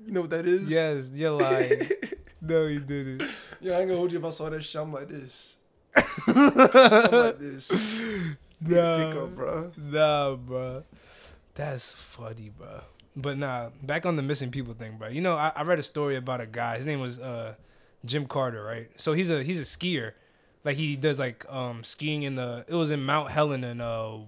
S2: You know what that is?
S1: Yes, you're lying. no, you didn't.
S2: Yeah, I ain't gonna hold you if I saw that shit. I'm like this. I'm like this. Pick
S1: No,
S2: up, bro.
S1: nah, bro. That's funny, bro. But nah, back on the missing people thing, bro. You know, I, I read a story about a guy. His name was uh, Jim Carter, right? So he's a he's a skier. Like he does like um skiing in the it was in Mount Helen in uh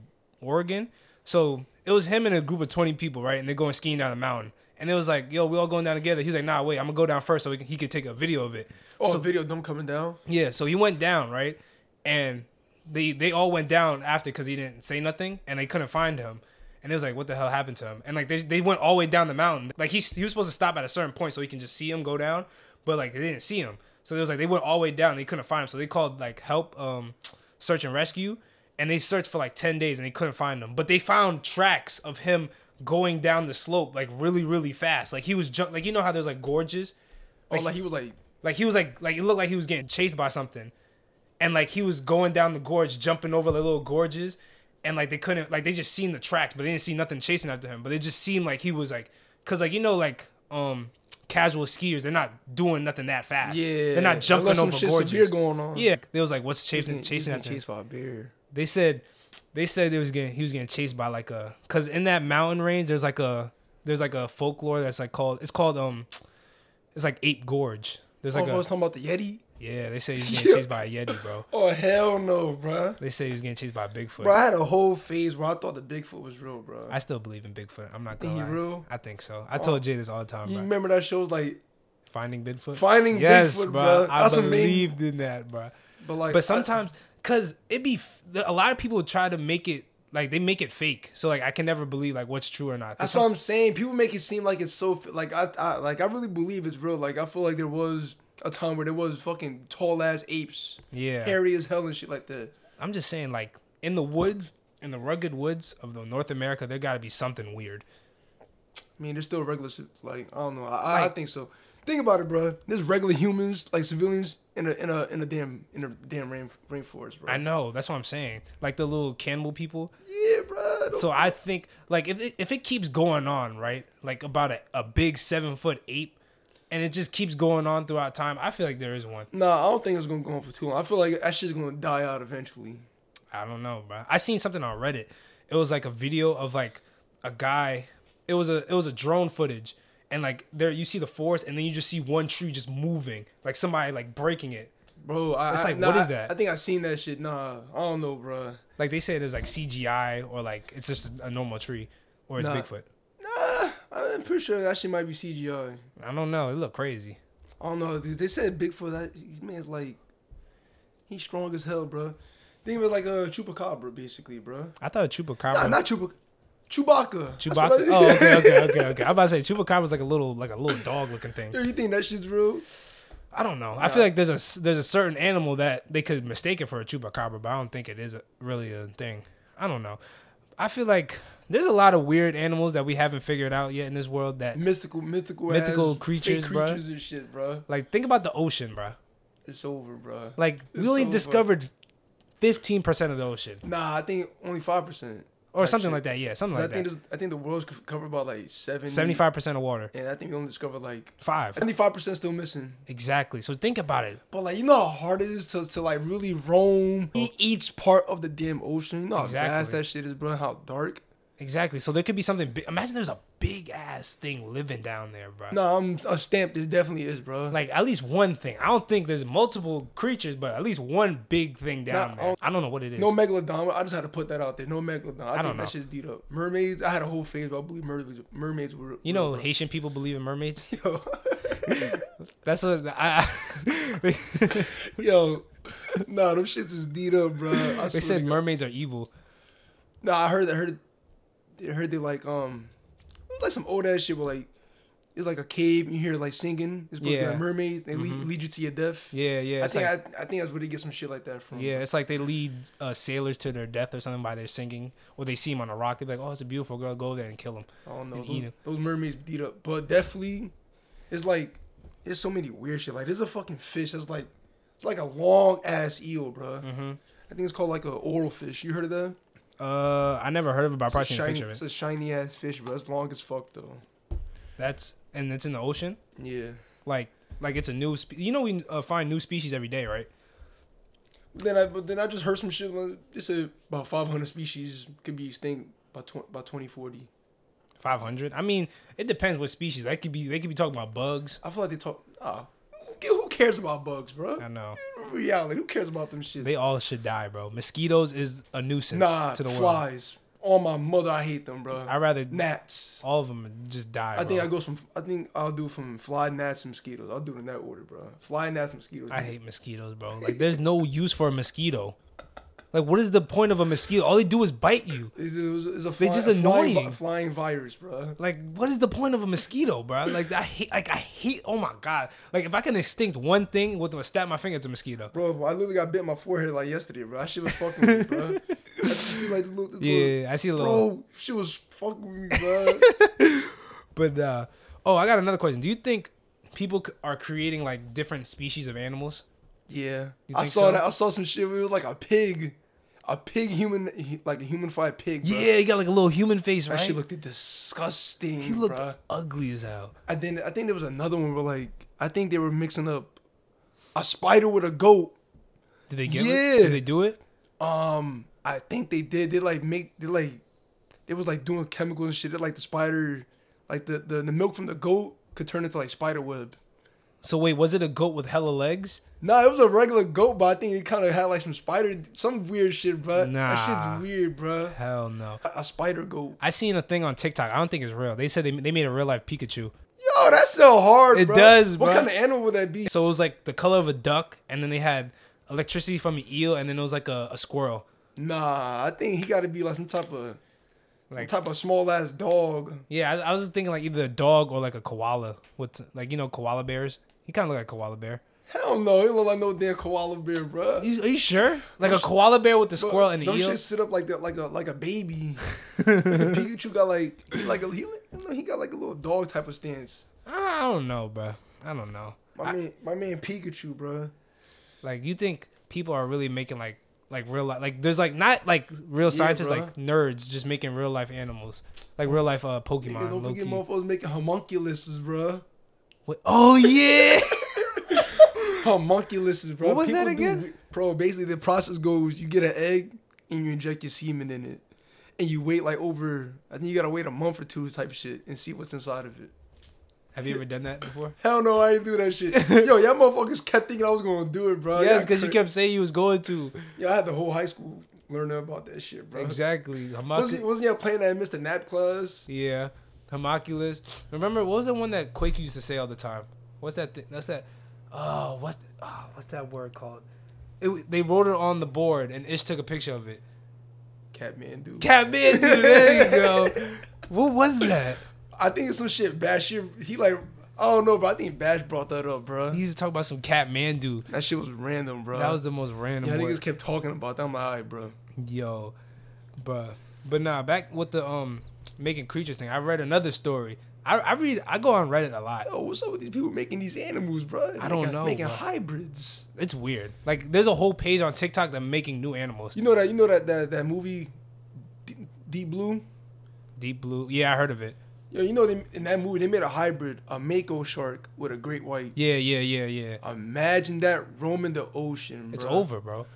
S1: Oregon. So it was him and a group of twenty people, right? And they're going skiing down a mountain. And it was like, yo, we all going down together. He was like, nah, wait, I'm gonna go down first so we can, he could take a video of it.
S2: Oh,
S1: so
S2: video of them coming down.
S1: yeah, so he went down, right? And they they all went down after because he didn't say nothing, and they couldn't find him. And it was like, what the hell happened to him? And like they, they went all the way down the mountain. Like he he was supposed to stop at a certain point so he can just see him go down, but like they didn't see him. So it was like they went all the way down, they couldn't find him. So they called like help, um, search and rescue, and they searched for like ten days and they couldn't find him. But they found tracks of him going down the slope like really really fast. Like he was jump like you know how there's like gorges
S2: Oh, like he was like,
S1: like he was like like it looked like he was getting chased by something. And like he was going down the gorge, jumping over the little gorges, and like they couldn't like they just seen the tracks, but they didn't see nothing chasing after him. But it just seemed like he was like cause like you know like um casual skiers, they're not doing nothing that fast.
S2: yeah.
S1: They're not jumping
S2: unless
S1: over
S2: some shit
S1: gorges.
S2: severe going on.
S1: yeah. They was like what's chasing
S2: Getting-
S1: chasing
S2: getting
S1: after him?
S2: chased by a bear.
S1: They said they said they was getting he was getting chased by like a cause in that mountain range there's like a there's like a folklore that's like called it's called um it's like ape gorge. There's like
S2: oh, I
S1: a
S2: was talking about the Yeti.
S1: yeah, they say he's getting chased by a Yeti, bro.
S2: Oh hell no, bro.
S1: They say he was getting chased by Bigfoot.
S2: Bro, I had a whole phase where I thought the Bigfoot was real, bro.
S1: I still believe in Bigfoot. I'm not
S2: Think
S1: gonna
S2: he
S1: lie.
S2: real?
S1: I think so. I told Jay this all the time,
S2: you
S1: bro.
S2: remember that show was like,
S1: Finding Bigfoot.
S2: Finding
S1: yes,
S2: Bigfoot,
S1: bro.
S2: bruh.
S1: I
S2: That's a main-
S1: believed in that, bro.
S2: but like,
S1: But sometimes, cause it be f- a lot of people try to make it like they make it fake. So like I can never believe like what's true or not. 'Cause
S2: That's what I'm saying. People make it seem like it's so f- like I, I like I really believe it's real. Like I feel like there was a time where there was fucking tall ass apes,
S1: Yeah.
S2: hairy as hell and shit like that.
S1: I'm just saying like in the woods, in the rugged woods of the North America, there got to be something weird.
S2: I mean, they're still regular. ci- Like I don't know. I, I
S1: Like-
S2: think so. Think about it, bro. There's regular humans, like civilians, in a in a in a damn in a damn rain, rainforest, bro.
S1: I know. That's what I'm saying. Like the little cannibal people.
S2: yeah, bro.
S1: So I think like if it, if it keeps going on, right? Like about a, a big seven foot ape, and it just keeps going on throughout time. I feel like there is one.
S2: Nah, I don't think it's gonna go on for too long. I feel like that shit's gonna die out eventually.
S1: I don't know, bro. I seen something on Reddit. It was like a video of like a guy it was a it was a drone footage and like there you see the forest and then you just see one tree just moving like somebody like breaking it
S2: bro. I,
S1: It's
S2: I-
S1: like,
S2: nah,
S1: what is
S2: I-
S1: that?
S2: I think I seen that shit. Nah, I don't know, bro.
S1: like they say there's like cgi or like it's just a normal tree or it's
S2: Nah.
S1: bigfoot
S2: I'm pretty sure that shit might be CGI.
S1: i don't know it looked crazy
S2: I don't know, dude. They said Bigfoot. That these man's like, he's strong as hell, bro. Think of it like a chupacabra, basically, bro.
S1: i thought chupacabra
S2: Nah, not chupac, Chewbacca. That's what
S1: Chewbacca.
S2: I-
S1: Oh, okay, okay, okay, okay. I'm about to say Chupacabra was like a little, like a little dog looking thing.
S2: Yo, you think that shit's real?
S1: I don't know. I feel like there's a there's a certain animal that they could mistake it for a Chupacabra, but I don't think it is a, really a thing. I don't know. I feel like there's a lot of weird animals that we haven't figured out yet in this world. That
S2: Mystical, mythical,
S1: Mythical
S2: ass, fake
S1: creatures, bruh.
S2: creatures and shit, bro.
S1: like think about the ocean, bro.
S2: It's over, bro.
S1: Like we
S2: It's
S1: only
S2: so fu-
S1: discovered fifteen percent of the ocean,
S2: Nah, I think only five percent.
S1: or something like that. Yeah, something
S2: I
S1: like
S2: think
S1: that.
S2: there's- I think the world's c- covered by like seven.
S1: Seventy five percent of water.
S2: And I think we only discovered like
S1: Five.
S2: seventy five percent still missing.
S1: Exactly. So think about it.
S2: But like, you know how hard it is to, to like really roam e- each part of the damn ocean. You know how vast
S1: Exactly.
S2: that shit is, bro. How dark.
S1: Exactly. So there could be something. Big. Imagine there's a big ass thing living down there, bro.
S2: No, I'm a stamp. There definitely is, bro.
S1: like at least one thing. I don't think there's multiple creatures, but at least one big thing down
S2: Nah, I
S1: there.
S2: don't-
S1: I don't know what it is.
S2: no megalodon. I just had to put that out there. No megalodon. I, think
S1: don't know.
S2: that shit's beat up. Mermaids. I had a whole phase, but I believe mermaids. Mermaids were.
S1: you know, Haitian people believe in mermaids.
S2: Yo.
S1: That's what I. I
S2: Yo. nah, them shits is beat up, bro. I
S1: they
S2: swear
S1: said
S2: to
S1: mermaids are evil.
S2: No, I heard I heard I heard they like um it was like some old ass shit where like it's like a cave and you hear like singing. It's supposed to be
S1: Yeah. Mm-hmm.
S2: like mermaids. They lead, lead you to your death.
S1: Yeah, yeah.
S2: I
S1: It's
S2: think
S1: like,
S2: I, I think that's where they get some shit like that from.
S1: yeah, it's like they lead uh, sailors to their death or something by their singing, or they see him on a rock. They're like, "Oh, it's a beautiful girl. Go there and kill him."
S2: I don't know.
S1: And eat
S2: Those,
S1: 'em.
S2: those mermaids beat up, but definitely, it's like there's so many weird shit. Like there's a fucking fish that's like it's like a long ass eel, bro.
S1: Mm-hmm.
S2: I think it's called like a oral fish. You heard of that?
S1: Uh, I never heard of it, but I probably
S2: It's a
S1: seen a
S2: shiny,
S1: picture of
S2: It's
S1: it.
S2: a shiny ass fish, bro. It's long as fuck though.
S1: That's and it's in the ocean.
S2: Yeah.
S1: Like, like it's a new. Spe- you know, we uh, find new species every day, right?
S2: Then I but then I just heard some shit. like, They said about 500 species could be extinct by tw- by 2040.
S1: Five hundred. I mean, it depends what species. That could be. They could be talking about bugs.
S2: I feel like they talk. Ah, who ca- who cares about bugs, bro?
S1: I know.
S2: Reality. Who cares about them shit?
S1: They all should die, bro. Mosquitoes is a nuisance
S2: nah,
S1: to the world.
S2: flies. Oh my mother, I hate them, bro.
S1: I'd rather
S2: gnats.
S1: all of them just die.
S2: I
S1: bro.
S2: think I goes from. I think I'll do from fly gnats and mosquitoes. I'll do it in that order, bro. Fly gnats mosquitoes.
S1: I hate mosquitoes, bro. Like, there's no use for a mosquito. Like, what is the point of a mosquito? All they do is bite you.
S2: It's, it's, it's a fly,
S1: just
S2: a flying vi-
S1: annoying.
S2: Flying, virus, bro.
S1: Like, what is the point of a mosquito, bro? Like, I hate. Like, I hate. Oh my god. Like, if I can extinct one thing with a snap of my finger, it's a mosquito.
S2: Bro, I literally got bit in my forehead like yesterday, bro. That shit was fucking with me, bro. I just, like, this little- this little-
S1: Yeah, I see a little.
S2: Bro, she was fucking with me, bro.
S1: But uh, oh, I got another question. Do you think people c- are creating like different species of animals?
S2: yeah,
S1: You
S2: I
S1: think
S2: saw
S1: so?
S2: that. I saw some shit. Where it was like a pig, a pig human, like a humanified pig. Bro.
S1: Yeah, you got like a little human face,
S2: that
S1: right?
S2: shit looked disgusting.
S1: he looked
S2: bruh.
S1: ugly as hell.
S2: And then I think there was another one where like I think they were mixing up a spider with a goat.
S1: Did they get it?
S2: Yeah.
S1: Did they do it?
S2: Um, I think they did. They like make they like they was like doing chemicals and shit. They, like the spider, like the, the the milk from the goat could turn into like spider web.
S1: So wait, was it a goat with hella legs?
S2: Nah, it was a regular goat, but I think it kind of had like some spider, some weird shit, bruh.
S1: Nah.
S2: that shit's weird, bruh.
S1: Hell no.
S2: A- A spider goat.
S1: I seen a thing on TikTok. I don't think it's real. They said they, they made a real life Pikachu.
S2: Yo, that's so hard.
S1: It
S2: bruh.
S1: does,
S2: What
S1: bruh.
S2: kind of animal would that be?
S1: So it was like the color of a duck, and then they had electricity from an eel, and then it was like a, a squirrel.
S2: Nah, I think he got to be like some type of,
S1: Like-
S2: some type of small ass dog.
S1: Yeah, I, I was thinking like either a dog or like a koala with like you know koala bears. He kind of look like a koala bear.
S2: Hell no, he look like no damn koala bear, bruh.
S1: You- Are you sure? Like a koala bear with a squirrel and an
S2: Them
S1: eel.
S2: shit sit up like that, like a like a baby. Pikachu got like he like a he, like- he got like a little dog type of stance.
S1: I don't know, bro. I don't know.
S2: My man, my man Pikachu, bruh.
S1: Like you think people are really making like like real life like there's like not like real scientists
S2: bruh.
S1: like nerds just making real life animals like real life uh
S2: Nigga,
S1: Pokemon.
S2: don't
S1: low
S2: forget,
S1: key.
S2: motherfuckers making homunculuses, bruh.
S1: What- Oh yeah.
S2: Homunculuses, bro.
S1: What was that
S2: do
S1: again?
S2: we- bro, basically the process goes: you get an egg and you inject your semen in it, and you wait like over. I think you gotta wait a month or two type shit and see what's inside of it.
S1: Have you ever done that before?
S2: Hell no, I ain't do that shit. Yo, y'all motherfuckers kept thinking I was gonna do it, bro.
S1: yes,
S2: Y'all
S1: because you
S2: Oh, cra-
S1: kept saying you was going to.
S2: Yo, I had the whole high school learning about that shit, bro.
S1: Exactly. Hamaku-
S2: Wasn't, wasn't y'all playing that Mr. Nap class?
S1: yeah. Homoculus. Remember, what was the one that Quake used to say all the time? What's that? Thing? That's that. Oh, what's oh, what's that word called? It, w- they wrote it on the board, and Ish took a picture of it.
S2: Catman, dude.
S1: Catman, dude, there you go. What was that?
S2: I think it's some shit Bashir. He like, I don't know, bro. I think Bash brought that up, bro.
S1: He used to talk about some Catman, dude.
S2: That shit was random, bro.
S1: That was the most random.
S2: Y'all
S1: word.
S2: niggas kept talking about that. I'm like, all right, bro.
S1: Yo, bruh. But nah, back with the um making creatures thing. I read another story. I, I read. I go on Reddit a lot.
S2: Yo, Oh, what's up with these people making these animals, bro?
S1: I don't know,
S2: Making
S1: bro.
S2: hybrids.
S1: It's weird. Like there's a whole page on TikTok that making new animals.
S2: You know that? You know that that, that movie, D- Deep Blue.
S1: Deep blue. Yeah, I heard of it.
S2: Yo, you know they, in that movie they made a hybrid, a mako shark with a great white.
S1: Yeah, yeah, yeah, yeah.
S2: Imagine that roaming the ocean. Bro.
S1: It's over, bro.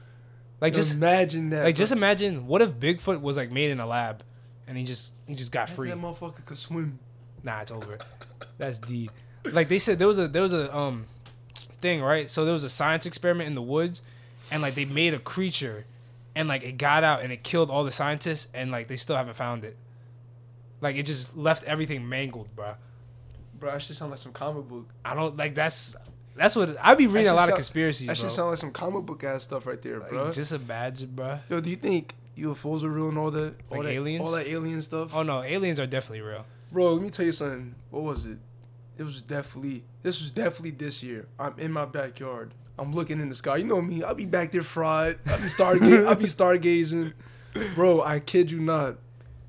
S1: Like
S2: Just
S1: just
S2: imagine that.
S1: like
S2: bro.
S1: just imagine what if Bigfoot was like made in a lab, and he just he just got free.
S2: That motherfucker could swim.
S1: Nah, it's over. That's deep. Like they said, there was a there was a um thing, right? So there was a science experiment in the woods, and like they made a creature, and like it got out and it killed all the scientists, and like they still haven't found it. Like it just left everything mangled, bruh.
S2: Bro, that shit sound like some comic book.
S1: I don't like that's that's what I be
S2: That
S1: reading a
S2: shit
S1: lot of
S2: sound-
S1: conspiracies,
S2: That
S1: bro.
S2: shit sound like some comic book ass stuff right there,
S1: Like,
S2: bro.
S1: just imagine, bruh.
S2: Yo, do you think UFOs are real and all that? All
S1: Like
S2: that
S1: aliens?
S2: All that alien stuff?
S1: Oh no, aliens are definitely real.
S2: Bro, let me tell you something. What was it? It was definitely, this was definitely this year. I'm in my backyard. I'm looking in the sky. You know me. I'll be back there fried. I'll be, starga- I'll be stargazing. Bro, I kid you not.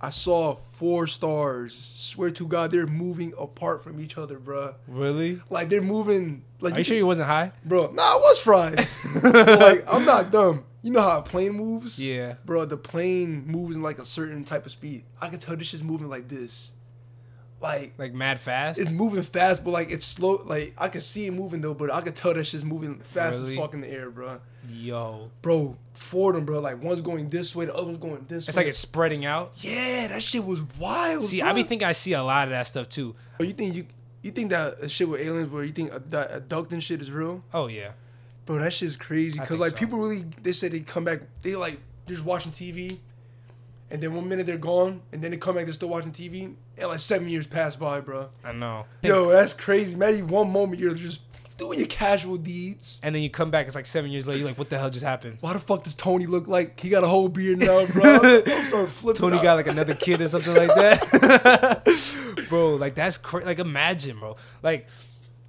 S2: I saw four stars. Swear to God, they're moving apart from each other, bro.
S1: Really?
S2: Like, they're moving. Like,
S1: Are you sure you wasn't high?
S2: Bro, nah, I was fried. But, like, I'm not dumb. You know how a plane moves?
S1: Yeah.
S2: Bro, the plane moves in like a certain type of speed. I can tell this shit's moving like this. Like,
S1: Like mad fast?
S2: it's moving fast, but like it's slow. Like, I can see it moving though, but I can tell that shit's moving fast
S1: Really?
S2: as fuck in the air, bro.
S1: Yo.
S2: Bro, four of them, bro. Like, one's going this way, the other one's going this
S1: It's
S2: way.
S1: like it's spreading out.
S2: Yeah, that shit was wild.
S1: See,
S2: bro.
S1: I be thinking I see a lot of that stuff too.
S2: Bro, You think you. You think that uh, shit with aliens, where you think uh, that abducting shit is real?
S1: Oh yeah.
S2: Bro, that shit's crazy. Cause
S1: think
S2: like
S1: so.
S2: people really, they said they come back. They like they're just watching TV, and then one minute they're gone, and then they come back. They're still watching TV, and like seven years pass by, bro.
S1: I know.
S2: Yo, that's crazy. Imagine one moment you're just doing your casual deeds.
S1: And then you come back, it's like seven years later, you're like, what the hell just happened?
S2: Why the fuck does Tony look like he got a whole beard now, bro? I'm starting flipping.
S1: Tony
S2: out.
S1: got like another kid or something like that. bro, like that's crazy. Like imagine, bro. Like,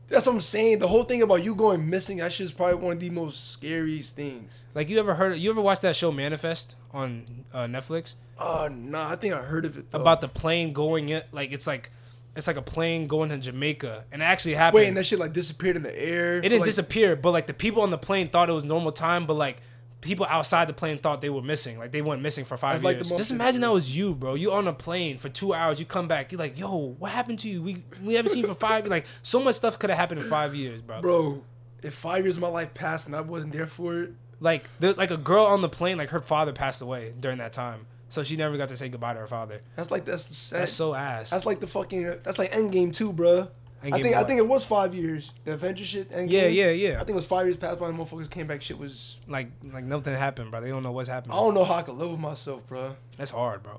S2: That's what I'm saying. The whole thing about you going missing, that shit's probably one of the most scariest things.
S1: like you ever heard, you ever watched that show Manifest on uh, Netflix?
S2: Oh nah, I think I heard of it. Though.
S1: About the plane going in, like it's like, it's like a plane going to Jamaica. And it actually happened.
S2: wait, and that shit like disappeared in the air.
S1: it didn't
S2: like,
S1: disappear, but like the people on the plane thought it was normal time, but like people outside the plane thought they were missing. Like they went missing for five
S2: That's like the
S1: years.
S2: most-
S1: Just imagine that was you, bro. You on a plane for two hours, you come back, you're like, yo, what happened to you? We we haven't seen you for five like so much stuff could have happened in five years, bro.
S2: bro, if five years of my life passed and I wasn't there for it,
S1: Like there, like a girl on the plane, like her father passed away during that time. So she never got to say goodbye to her father.
S2: that's like that's the sad.
S1: That's
S2: That's,
S1: so ass.
S2: like the fucking that's like Endgame too, bro. I
S1: Endgame
S2: think I
S1: what?
S2: think it was five years. The Avengers shit. Endgame.
S1: Yeah, yeah, yeah.
S2: I think it was five years passed by the motherfuckers came back. Shit was.
S1: like like nothing happened, bro. They don't know what's
S2: I
S1: happening.
S2: don't know how I could live with myself, bro.
S1: That's hard, bro.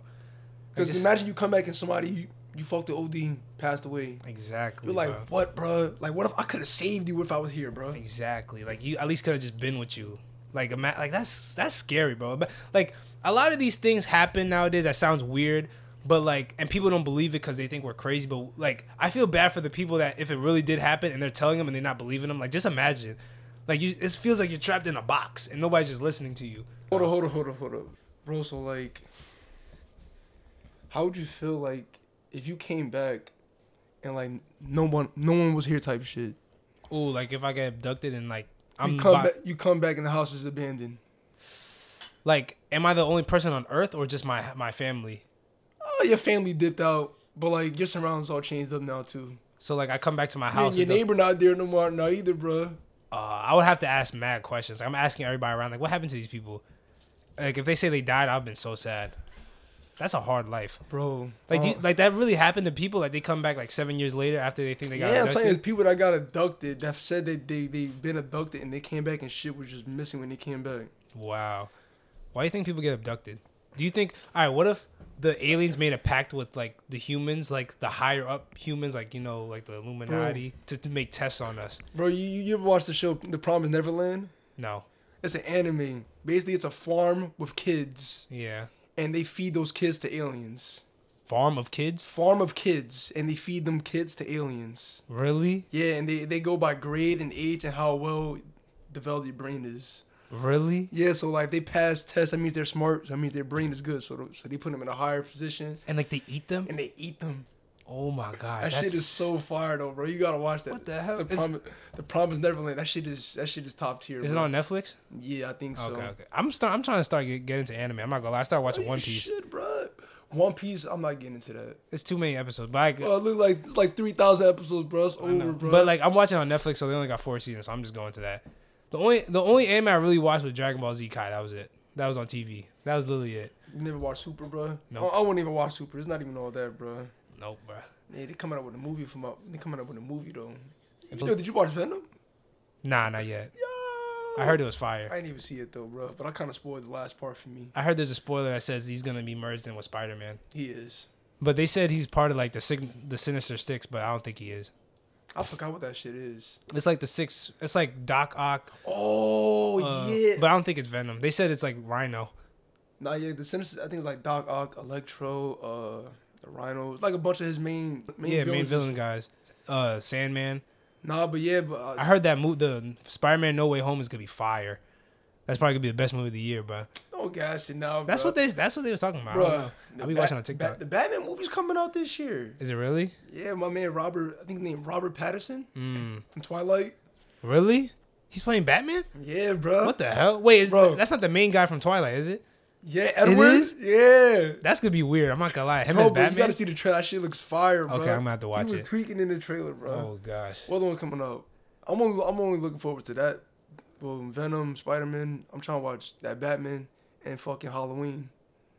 S2: Because
S1: just-
S2: imagine you come back and somebody you, you fucked the OD passed away.
S1: Exactly.
S2: You're like,
S1: bro.
S2: what, bro? Like, what if I could have saved you if I was here, bro?
S1: Exactly. Like you at least could have just been with you. Like ima- like that's that's scary, bro. But like a lot of these things happen nowadays that sounds weird, but like and people don't believe it cuz they think we're crazy, but like I feel bad for the people that if it really did happen and they're telling them and they're not believing them, like just imagine. Like you it feels like you're trapped in a box and nobody's just listening to you.
S2: Hold on, hold on, hold on, hold on, bro. So like, how would you feel like if you came back and like no one, no one was here, type shit?
S1: Ooh, like if I get abducted and like
S2: You
S1: I'm
S2: come
S1: bi-
S2: back, you come back and the house is abandoned.
S1: like am I the only person on earth or just my my family?
S2: Oh, your family dipped out, but like your surroundings all changed up now too.
S1: So like I come back to my
S2: You and
S1: house
S2: your
S1: and the-
S2: neighbor not there no more now either, bro.
S1: uh, I would have to ask mad questions. Like, I'm asking everybody around, like, what happened to these people? Like, if they say they died, I've been so sad. That's a hard life.
S2: bro.
S1: Like, do you,
S2: uh,
S1: like that really happened to people. Like they come back like seven years later after they think they got
S2: yeah, I'm
S1: abducted.
S2: telling you, people that got abducted that said they they they been abducted and they came back and shit was just missing when they came back.
S1: Wow. Why do you think people get abducted? Do you think all right, what if the aliens made a pact with like the humans, like the higher up humans, like you know, like the Illuminati,
S2: Mm.
S1: to, to make tests on us?
S2: Bro, you you you ever watched the show The Promised Neverland?
S1: No.
S2: It's an anime. Basically, it's a farm with kids,
S1: Yeah.
S2: and they feed those kids to aliens.
S1: Farm of kids?
S2: Farm of kids, and they feed them kids to aliens.
S1: Really?
S2: Yeah, and they, they go by grade and age and how well developed your brain is.
S1: Really?
S2: Yeah, so like they pass tests, that means they're smart. So that means their brain is good. So th- so they put them in a higher position
S1: And like they eat them?
S2: and they eat them.
S1: Oh my gosh.
S2: That shit
S1: that's-
S2: is so fire though, bro. You gotta watch that.
S1: What the hell?
S2: The,
S1: Is-
S2: Promi- the Promised Neverland. That shit is that shit is top tier.
S1: Is it
S2: bro.
S1: on Netflix?
S2: Yeah, I think so.
S1: Okay, okay. I'm start I'm trying to start get, get into anime. I'm not gonna lie, I started watching
S2: You
S1: One Piece.
S2: Should, bro. One Piece. I'm not getting into that.
S1: It's too many episodes, but I,
S2: Bro, it look like it's like three thousand episodes, bro. It's over, bro.
S1: But like I'm watching on Netflix, so they only got four seasons, so I'm just going to that. The only the only anime I really watched was Dragon Ball Z Kai. That was it. That was on TV. That was literally it.
S2: you never watch Super, bro. No,
S1: Nope.
S2: I, I wouldn't even watch Super. It's not even all that, bro.
S1: Nope, bro.
S2: Yeah, they coming out with a movie from up. They coming out with a movie though. Yo, did you watch Venom?
S1: Nah, not yet.
S2: Yo.
S1: I heard it was
S2: I
S1: fire.
S2: didn't even see it though, bro. But I kind of spoiled the last part for me.
S1: I heard there's a spoiler that says he's gonna be merged in with Spider Man.
S2: He is.
S1: But they said he's part of like the sig- the Sinister Six, but I don't think he is.
S2: I forgot what that shit is.
S1: It's like the six. It's like Doc Ock.
S2: Oh
S1: uh,
S2: yeah.
S1: But I don't think it's Venom. They said it's like Rhino.
S2: Nah, yeah, the Sinister. I think it's like Doc Ock, Electro, uh, the Rhino, like a bunch of his main main
S1: yeah, main
S2: villains.
S1: villain guys. Uh, Sandman.
S2: Nah, but yeah, but uh,
S1: I heard that move the Spider-Man No Way Home is gonna be fire. That's probably gonna be the best movie of the year, bro.
S2: don't gas it now.
S1: That's
S2: bruh.
S1: what they that's what they was talking about. I don't know.
S2: Bruh,
S1: I'll
S2: the
S1: be
S2: Bat-
S1: watching on TikTok.
S2: Bat- the Batman movie's coming out this year.
S1: is it really?
S2: Yeah, my man Robert, I think his name Robert Patterson
S1: Hmm.
S2: from Twilight.
S1: Really? He's playing Batman?
S2: Yeah, bro.
S1: What the hell? Wait, is
S2: Bro.
S1: that's not the main guy from Twilight, is it?
S2: Yeah, Edward.
S1: is?
S2: Yeah.
S1: That's gonna be weird. I'm not gonna lie. Him
S2: Bro,
S1: as
S2: but you
S1: Batman.
S2: gotta see the trailer. That shit looks fire, bro.
S1: Okay, I'm gonna have to watch
S2: he was
S1: it.
S2: tweaking in the trailer, bro.
S1: oh gosh.
S2: What other one coming up? I'm only I'm only looking forward to that. Well, Venom, Spider Man. I'm trying to watch that Batman and fucking Halloween.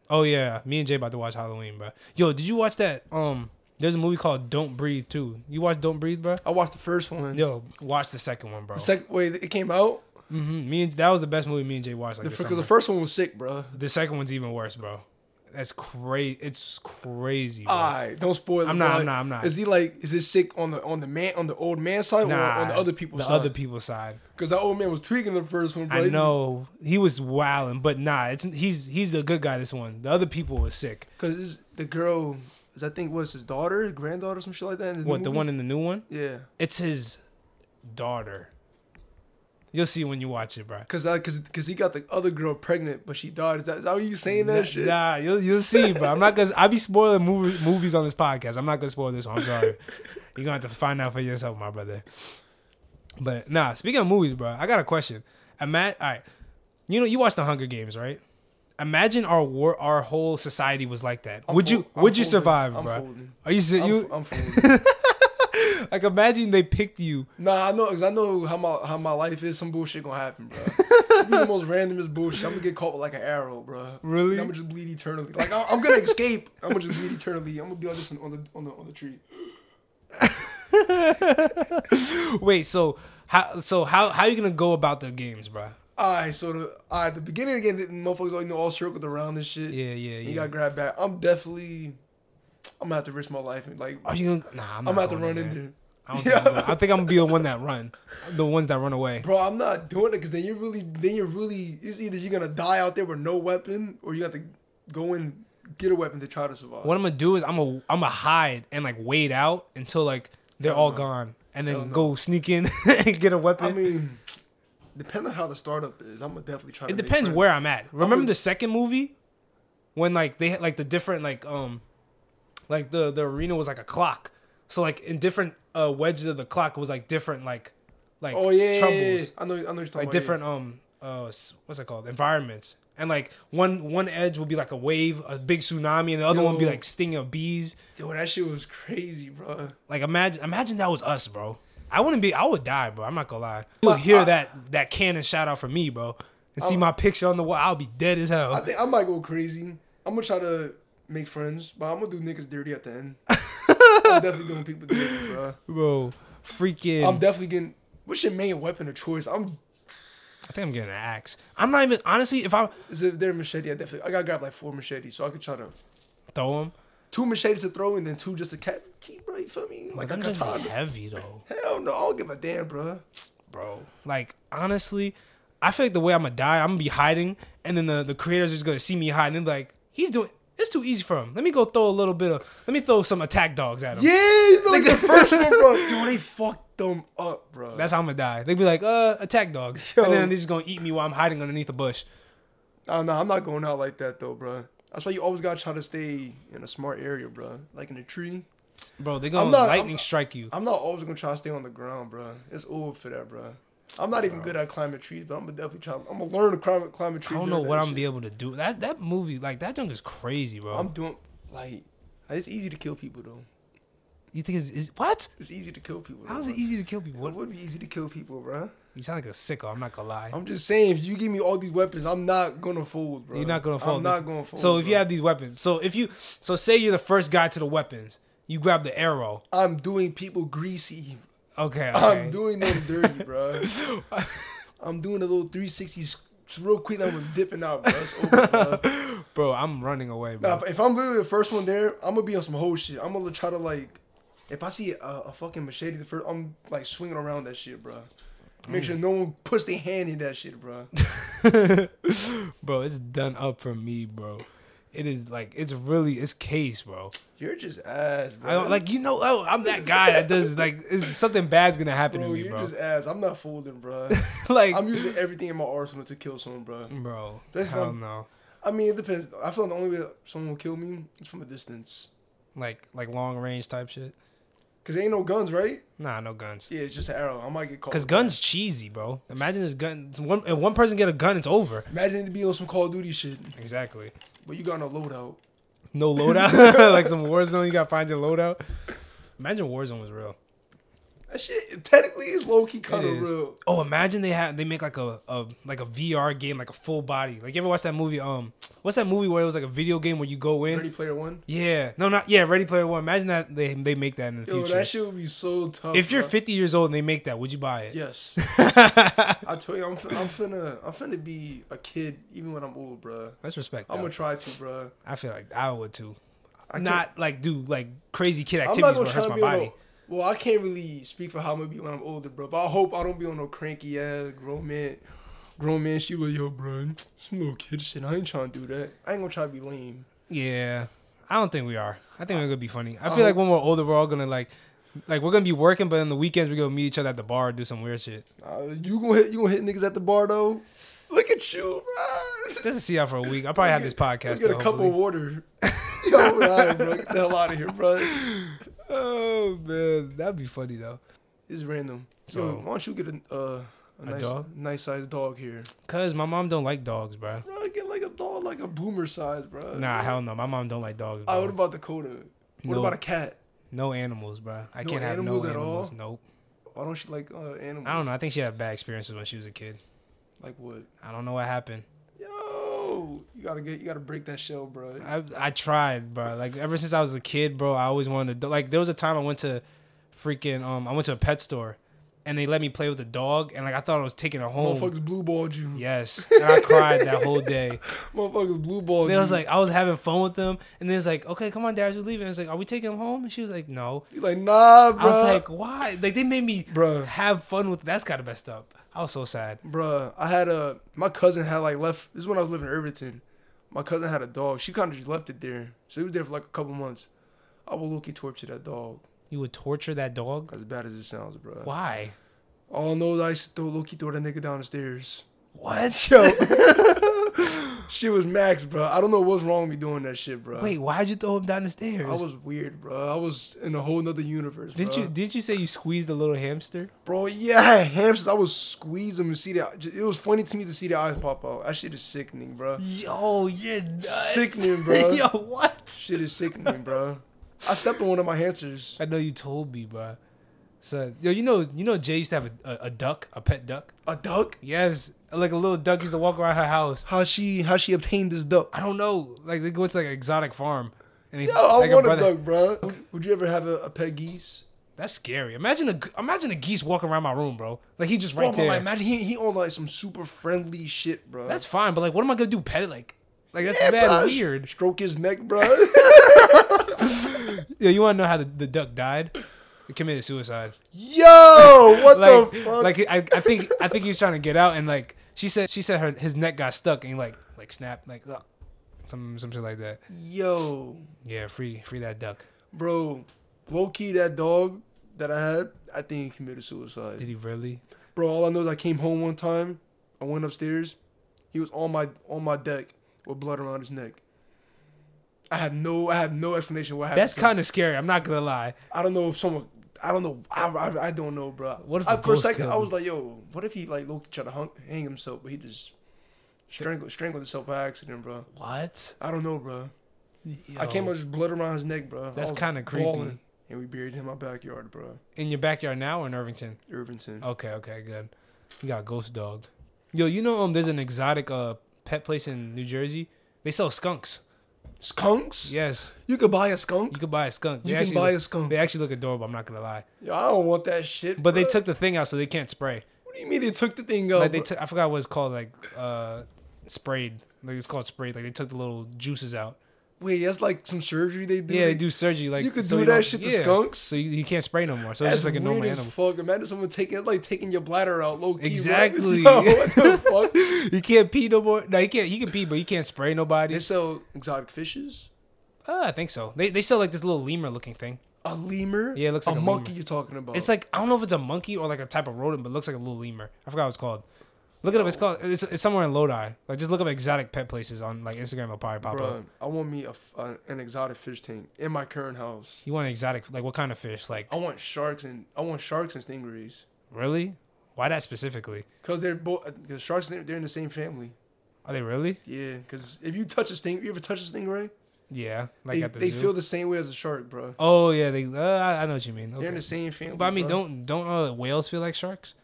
S1: Oh yeah. Me and Jay about to watch Halloween, bro. Yo, did you watch that? Um, there's a movie called Don't Breathe too. You watch Don't Breathe, bro?
S2: I watched the first one.
S1: Yo, watch the second one, bro.
S2: Second, wait, it came out.
S1: hmm Me and that was the best movie me and Jay watched. Like
S2: The,
S1: this
S2: fir- 'cause
S1: summer.
S2: the first one was sick, bro.
S1: The second one's even worse, bro. That's crazy. It's crazy. Bro.
S2: Alright, don't spoil. it,
S1: I'm not,
S2: bro.
S1: I'm not, I'm not.
S2: Is he like? Is this sick on the on the man on the old man's side or on the other people's
S1: the
S2: side?
S1: other people's side.
S2: Because that old man was tweaking the first one. Bro.
S1: I
S2: He-
S1: know he was wilding, but nah, it's he's he's a good guy. This one, the other people was sick.
S2: Cause it's- the girl, is I think was his daughter, granddaughter, some shit like that. in
S1: What the
S2: movie?
S1: one in the new one?
S2: Yeah,
S1: It's his daughter. You'll see when you watch it, bro.
S2: cause I, cause, cause he got the other girl pregnant, but she died. Is that, is that what you saying that shit?
S1: Nah, you'll you'll see, bro. I'm not gonna. I be spoiling movie, movies on this podcast. I'm not gonna spoil this one. I'm sorry. You're gonna have to find out for yourself, my brother. But nah, speaking of movies, bro, I got a question. Ima- all right, you know you watched the Hunger Games, right? Imagine our war, our whole society was like that. would you
S2: fol- I'm
S1: would you
S2: folding.
S1: survive,
S2: I'm
S1: bro?
S2: folding.
S1: Are you ser-
S2: I'm,
S1: you
S2: f- I'm fooling.
S1: like imagine they picked you?
S2: nah, I know, cause I know how my how my life is. Some bullshit gonna happen, bro. It'll be the most randomest bullshit. I'm gonna get caught with like an arrow, bro.
S1: Really?
S2: I'm gonna just bleed eternally. Like I, I'm gonna escape. I'm gonna just bleed eternally. I'm gonna be on this on the on the on the tree.
S1: Wait, so how so how how you gonna go about the games, bro?
S2: Alright, so the alright, the beginning again, the motherfuckers all, you know, all circled around and shit.
S1: Yeah, yeah,
S2: And
S1: yeah.
S2: You got grabbed back. I'm definitely, I'm gonna have to risk my life and like,
S1: Are
S2: I'm
S1: you gonna? Nah, I'm, not
S2: gonna have to
S1: going
S2: run
S1: in
S2: in
S1: there.
S2: there.
S1: I, don't
S2: Yeah.
S1: think I'm gonna- I think I'm gonna be the one that run, the ones that run away.
S2: Bro, I'm not doing it because then you're really, then you're really, it's either you're gonna die out there with no weapon or you have to go and get a weapon to try to survive.
S1: What I'm gonna do is I'm gonna I'm gonna hide and like wait out until like they're all gone, and then go sneak in and get a weapon.
S2: I mean, depending on how the startup is, I'm gonna definitely try.
S1: it depends where I'm at. Remember the second movie when like they had like the different like um like the the arena was like a clock, so like in different uh wedges of the clock was like different like like
S2: Oh yeah, yeah, yeah, yeah.
S1: troubles.
S2: I know, I know. You're talking
S1: like
S2: about, yeah.
S1: different um uh s- what's it called environments and like one one edge would be like a wave a big tsunami and the other one would be
S2: Yo.
S1: like sting of bees
S2: Dude, that shit was crazy, bro.
S1: like imagine imagine that was us bro i wouldn't be i would die bro i'm not gonna lie you would hear
S2: I-
S1: that that cannon shout out from me bro and see my picture on the wall i'll be dead as
S2: I
S1: hell
S2: think I might go crazy. I'm gonna try to make friends, but I'm gonna do niggas dirty at the end. I'm definitely doing people dirty, bro.
S1: bro. Freaking,
S2: I'm definitely getting. What's your main weapon of choice? I'm
S1: I think I'm getting an axe. I'm not even honestly. If I
S2: is if they're machete, I definitely I gotta grab like four machetes so I could try to
S1: throw him,
S2: two machetes to throw and then two just to catch. Keep bro, you feel me? Like
S1: like
S2: a
S1: I'm just
S2: katana.
S1: heavy though,
S2: Hell no, I don't give a damn, bro.
S1: bro. Like honestly, I feel like the way I'm gonna die, I'm gonna be hiding, and then the the creators are just gonna see me hiding. and be like he's doing. It's too easy for him. Let me go throw a little bit of. Let me throw some attack dogs at him.
S2: Yeah, you feel like the first one, bro. Yo, they fucked them up, bro.
S1: That's how I'm gonna die. They'd be like, uh, attack dogs,
S2: Yo.
S1: and then they're just gonna eat me while I'm hiding underneath the bush.
S2: Oh no, I'm not going out like that though, bro. That's why you always gotta try to stay in a smart area, bro. Like in a tree.
S1: Bro, they're gonna
S2: I'm not-
S1: lightning
S2: I'm-
S1: strike you.
S2: I'm not always gonna try to stay on the ground, bro. It's old for that, bro. I'm not even good at climbing trees, but I'm gonna definitely try. I'm gonna learn to climb, climb a
S1: I
S2: tree.
S1: don't know
S2: during
S1: what
S2: that
S1: I'm
S2: shit.
S1: gonna be able to do. That that movie, like that junk is crazy, bro.
S2: I'm doing like it's easy to kill people though.
S1: you think it's, it's what?
S2: It's easy to kill people. Though,
S1: How's it
S2: bruh.
S1: easy to kill people?
S2: It would be easy to kill people, bro.
S1: You sound like a sicko. I'm not gonna lie.
S2: I'm just saying, if you give me all these weapons, I'm not gonna fold, bro.
S1: You're not gonna fold.
S2: I'm not gonna fold.
S1: So if you
S2: bruh.
S1: have these weapons, so if you, so say you're the first guy to the weapons, you grab the arrow.
S2: I'm doing people greasy.
S1: Okay,
S2: I'm
S1: okay.
S2: doing them dirty, bro. I'm doing a little 360 s- real quick. I'm dipping out, bro. It's over, bro.
S1: bro, I'm running away, bro.
S2: Nah, if- if I'm really the first one there, I'm gonna be on some whole shit. I'm gonna try to like, if I see a, a fucking machete, the first I'm like swinging around that shit, bro. Make
S1: Mm.
S2: sure no one puts their hand in that shit, bro.
S1: bro, it's done up for me, bro. It is like it's really it's case, bro.
S2: You're just ass, bro.
S1: I don't like you know. Oh, I'm that guy that does like it's something bad's gonna happen
S2: bro.
S1: to me,
S2: You're
S1: bro.
S2: just ass. I'm not folding, bro.
S1: like,
S2: I'm using everything in my arsenal to kill someone, bro.
S1: bro,
S2: That's
S1: hell
S2: fine.
S1: no.
S2: I mean, it depends. I feel the only way that someone will kill me is from a distance,
S1: Like like long range type shit.
S2: cause there ain't no guns, right?
S1: Nah, no guns.
S2: Yeah, it's just an arrow. I might get caught.
S1: Cause
S2: with that.
S1: guns cheesy, bro. Imagine this gun. One if one person get a gun, it's over.
S2: Imagine to be on some Call of Duty shit,
S1: Exactly.
S2: but you got no loadout.
S1: No loadout. like some Warzone, you gotta find your loadout. Imagine Warzone was real.
S2: That shit technically is low key kind
S1: It
S2: of
S1: is.
S2: real.
S1: Oh, imagine they had they make like a, a like a VR game, like a full body. Like you ever watch that movie? Um, what's that movie where it was like a video game where you go in?
S2: Ready Player One.
S1: Yeah, no, not yeah. Ready Player One. Imagine that they they make that in the
S2: Yo,
S1: future.
S2: that shit would be so tough.
S1: if you're
S2: bro.
S1: 50 years old and they make that, would you buy it?
S2: yes, I tell you, I'm, fin- I'm finna, I'm finna be a kid even when I'm old, bruh.
S1: That's respect.
S2: I'm
S1: though.
S2: gonna try to, bruh.
S1: I feel like I would too.
S2: I can't-
S1: not like do like crazy kid
S2: I'm not
S1: activities
S2: gonna
S1: where it
S2: try
S1: hurts
S2: to
S1: my
S2: be on
S1: body.
S2: no, Well, I can't really speak for how I'm gonna be when I'm older, bro. But I hope I don't be on no cranky ass grown man, grown man. She like, yo, bro, some little kid shit. I ain't trying to do that. I ain't gonna try to be lame.
S1: Yeah, I don't think we are. I think we're gonna be funny. I feel like when we're older, we're all gonna like, like we're gonna be working, but on the weekends we're gonna meet each other at the bar and do some weird shit
S2: Uh, you gonna hit, you gonna hit niggas at the bar though. Look at you, bro.
S1: just to see out for a week. I'll probably have this podcast.
S2: Get a
S1: though,
S2: cup of
S1: hopefully.
S2: water. Yo, right, bro. Get the hell out of here, bro.
S1: Oh man, that'd be funny though.
S2: It's random. So
S1: So-
S2: why don't you get a, uh, a, nice,
S1: dog?
S2: nice sized dog here?
S1: Cause my mom don't like dogs, bro.
S2: Bro, get like a dog, like a boomer size, bro.
S1: Nah, hell no. My mom don't like dogs.
S2: Oh,
S1: bro.
S2: what about Dakota? What
S1: No.
S2: about a cat?
S1: No animals, bro. I
S2: No
S1: can't have
S2: animals
S1: no
S2: at all?
S1: animals. Nope.
S2: Why don't you like uh, animals?
S1: I don't know. I think she had bad experiences when she was a kid.
S2: Like what?
S1: I don't know what happened.
S2: Yo, you gotta get, you gotta break that shell, bro.
S1: I I tried, bro. Like ever since I was a kid, bro, I always wanted to like there was a time I went to freaking um I went to a pet store and they let me play with a dog and like I thought I was taking it home.
S2: Motherfuckers blue balled you.
S1: Yes. And I cried that whole day.
S2: Motherfuckers blue balled
S1: And
S2: Oh, you.
S1: it was like I was having fun with them and they was like, Okay, come on, Dad, we're leaving. I was like, Are we taking him home? And she was like, No.
S2: you like nah, bro.
S1: I was like, Why? Like they made me
S2: Bruh.
S1: have fun with that's gotta messed up. I was so sad.
S2: Bruh, I had a my cousin had like left. This is when I was living in Irvington. My cousin had a dog. She kind of just left it there. So it was there for like a couple months. I will low-key torture that dog.
S1: You would torture that dog?
S2: As bad as it sounds, bruh.
S1: Why?
S2: All I know is I used to throw Loki throw that nigga down the stairs.
S1: What?
S2: Yo, she was max, bruh. I don't know what's wrong with me doing that shit, bruh.
S1: Wait, why'd you throw him down the stairs?
S2: I was weird, bruh. I was in a whole nother universe.
S1: Did
S2: bruh.
S1: you did you say you squeezed a little hamster?
S2: bro? Yeah, I had hamsters. I was squeeze them and see that. It was funny to me to see their eyes pop out. That shit is sickening, bruh.
S1: Yo, you're nuts.
S2: Sickening, bro.
S1: Yo, what?
S2: Shit is sickening, bro. I stepped on one of my hamsters.
S1: I know you told me, bro. So, yo, you know, you know, Jay used to have a, a, a duck, a pet duck.
S2: A duck?
S1: Yes, like a little duck used to walk around her house.
S2: How she how she obtained this duck?
S1: I don't know, like they go to like an exotic farm. And he,
S2: Yo, I
S1: like a
S2: want a
S1: brother-
S2: duck, bro. Would, would you ever have a, a pet geese?
S1: That's scary. Imagine a g- imagine a geese walking around my room, bro. Like he just right
S2: bro, but
S1: there.
S2: like, imagine he he on like some super friendly shit, bro.
S1: that's fine, but like, what am I gonna do? Pet it like, like that's
S2: Yeah,
S1: bad
S2: bro.
S1: weird.
S2: Stroke his neck, bro.
S1: Yeah, you wanna know how the, the duck died? It committed suicide.
S2: Yo, what
S1: Like,
S2: the fuck?
S1: like I, I think I think he was trying to get out, and like she said, she said her his neck got stuck, and he like like snapped like ugh, some some shit like that.
S2: yo,
S1: Yeah, free free that duck.
S2: bro, low key that dog that I had, I think he committed suicide.
S1: Did he really?
S2: Bro, all I know is I came home one time. I went upstairs. He was on my on my deck with blood around his neck. I have no I have no explanation what happened.
S1: That's kind of scary. I'm not gonna lie.
S2: I don't know if someone. I don't know. I, I, I don't know, bro.
S1: What if
S2: I,
S1: the
S2: for a
S1: ghost
S2: second
S1: killed
S2: I
S1: him?
S2: was like, yo, what if he like Loki tried to hung, hang himself, but he just strangled strangled himself by accident, bro.
S1: What?
S2: I don't know, bro. I came up just blood around his neck, bro. I
S1: That's
S2: was
S1: kinda creepy.
S2: balling, and we buried him in my backyard, bro.
S1: in your backyard now or in Irvington?
S2: Irvington.
S1: Okay, okay, good. You got ghost dog. Yo, you know um, there's an exotic uh pet place in New Jersey. They sell skunks.
S2: Skunks?
S1: Yes,
S2: You could buy a skunk.
S1: you could buy a skunk. They
S2: You can
S1: actually
S2: buy
S1: look-
S2: a skunk.
S1: They actually look adorable. I'm not gonna lie.
S2: Yo, I don't want that shit.
S1: But they
S2: bruh.
S1: took the thing out, so they can't spray.
S2: What do you mean they took the thing out?
S1: Like they
S2: bruh?
S1: took, I forgot what it's called. Like uh, sprayed. Like it's called sprayed. Like they took the little juices out.
S2: Wait, that's like some surgery they do.
S1: Yeah, they do surgery. Like
S2: You could
S1: so
S2: do
S1: you
S2: that
S1: don't-
S2: shit to skunks?
S1: So you, you can't spray no more. So
S2: That's
S1: it's just like a
S2: weird
S1: normal
S2: as
S1: animal.
S2: fuck. Imagine someone taking it's like taking your bladder out low key. bruh.
S1: Exactly.
S2: Yo, what the fuck?
S1: you can't pee no more. No, you can't. You can pee, but you can't spray nobody.
S2: They sell exotic fishes.
S1: Uh, I think so. They they sell like this little lemur looking thing.
S2: A lemur.
S1: Yeah, it looks like a
S2: a monkey.
S1: lemur.
S2: You're talking about.
S1: It's like I don't know if it's a monkey or like a type of rodent, but it looks like a little lemur. I forgot what it's called. Look it up. It's called. It's, it's somewhere in Lodi. Like just look up exotic pet places on like Instagram. It'll probably pop up.
S2: Bruh, I want me a f a an exotic fish tank in my current house.
S1: You want an exotic? Like what kind of fish? Like
S2: I want sharks and I want sharks and stingrays
S1: really? Why that specifically?
S2: because they're both because sharks they're, they're in the same family.
S1: Are they really?
S2: Yeah, because if you touch a sting, you ever touch a stingray?
S1: Yeah. Like
S2: They,
S1: at the
S2: they
S1: zoo.
S2: feel the same way as a shark, bro.
S1: oh yeah. They. Uh, I, I know what you mean.
S2: They're in
S1: Okay.
S2: the same family.
S1: But I mean,
S2: bruh.
S1: don't don't uh, whales feel like sharks?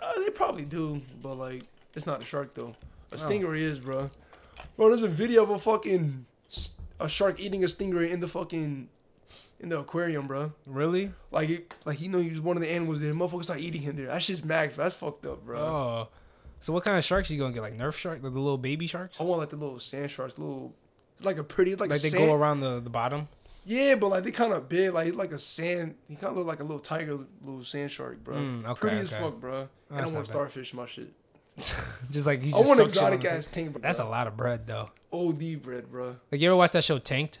S2: Uh, they probably do, but like, it's not a shark though.
S1: Oh.
S2: A stingray is, bro. Bro, there's a video of a fucking s- a shark eating a stingray in the fucking in the aquarium, bro.
S1: Really?
S2: Like, it, like he know he was one of the animals there. Motherfuckers start eating him there. That shit's max. That's fucked up, bro.
S1: Oh. So what kind of sharks you gonna get? Like Nerf shark? Like the little baby sharks?
S2: I want like the little sand sharks, little it's like a pretty it's like,
S1: like they
S2: sand.
S1: go around the the bottom?
S2: Yeah, but like they kind of big, like like a sand. He kind of look like a little tiger, little sand shark, bro.
S1: Mm, okay,
S2: pretty as
S1: okay.
S2: fuck, bro. And
S1: That's
S2: I
S1: not
S2: want
S1: bad.
S2: starfish in my shit.
S1: Just like he's
S2: I
S1: just
S2: want
S1: sucks shit on
S2: exotic
S1: the-
S2: ass tank, bro.
S1: That's a lot of bread though.
S2: OD bread, bro.
S1: Like you ever watch that show Tanked?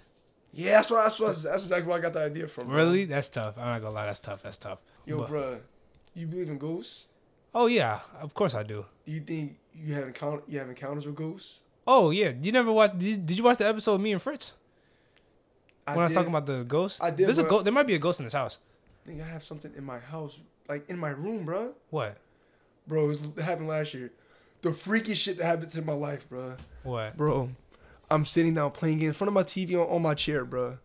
S2: Yeah, that's what that's what that's exactly where I got the idea from. bro.
S1: Really? That's tough. I'm not gonna lie, that's tough. That's tough.
S2: Yo,
S1: But-
S2: bruh, you believe in ghosts?
S1: Oh yeah, of course I do.
S2: Do you think you have encounter you have encounters with ghosts?
S1: Oh yeah, you never watched? Did, did you watch the episode of me and Fritz when I, was
S2: did-
S1: talking about the ghost?
S2: I did,
S1: There's a
S2: but-
S1: ghost. There might be a ghost in this house.
S2: I think I have something in my house, like in my room, bruh.
S1: What?
S2: Bro, it, was, it happened last year. The freakiest shit that happens in my life, bruh.
S1: What?
S2: Bro, I'm sitting down playing game in front of my TV on, on my chair, bruh.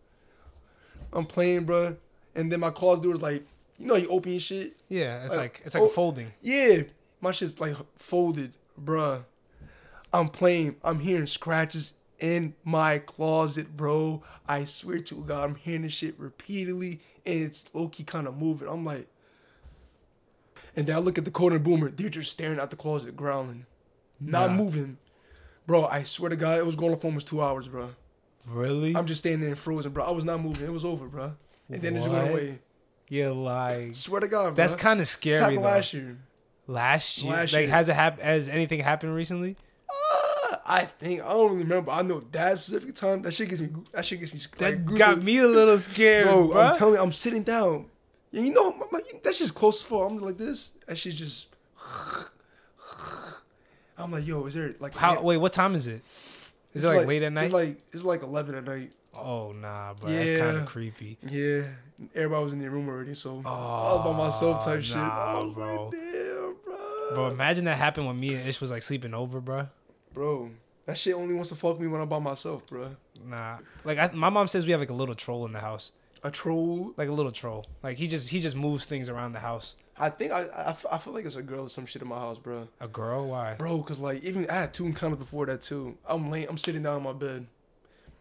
S2: I'm playing, bruh, and then my closet door is like, you know, you open your shit,
S1: Yeah, it's
S2: Uh,
S1: like it's like
S2: oh.
S1: a folding.
S2: Yeah, my shit's like folded, bruh. I'm playing. I'm hearing scratches in my closet, bro. I swear to God, I'm hearing this shit repeatedly, and it's low key kind of moving. I'm like, and then I look at the corner boomer. They're just staring at the closet, growling, not
S1: Nah.
S2: moving, bro. I swear to God, it was going on for almost two hours, bro.
S1: Really?
S2: I'm just standing there frozen, bro. I was not moving. It was over, bro. And then it just went
S1: What?
S2: away.
S1: You're like
S2: Swear to God, bro.
S1: that's kind of
S2: This
S1: scary
S2: happened
S1: though.
S2: last year.
S1: Last year,
S2: Last
S1: like
S2: year.
S1: has it hap- Has anything happened recently?
S2: I think I don't really remember. I know that specific time. That shit gets me. That shit gets me.
S1: That
S2: like,
S1: got
S2: goosebumps.
S1: me a little scared,
S2: Bro,
S1: bruh.
S2: I'm telling you, I'm sitting down, and you know, my, my, that shit's close to full. I'm like this, and she's just. I'm like, yo, is there like
S1: How?
S2: an-
S1: Wait, what time is it? Is
S2: it's
S1: it like, late at night?
S2: It's like it's like eleven at night.
S1: oh nah, bro. That's
S2: Yeah.
S1: kind of creepy.
S2: Yeah, everybody was in their room already, so I was by myself, type shit. I
S1: nah,
S2: was
S1: bro.
S2: like, damn, bro.
S1: Bro, imagine that happened when me and Ish was like sleeping over, bro.
S2: Bro, that shit only wants to fuck me when I'm by myself, bro.
S1: Nah, like I, my mom says we have like a little troll in the house,
S2: A troll.
S1: like a little troll. Like he just he just moves things around the house.
S2: I think I, I, I feel like it's a girl or some shit in my house, bro.
S1: A girl? Why?
S2: Bro, cause like even I had two encounters before that too. I'm laying, I'm sitting down in my bed.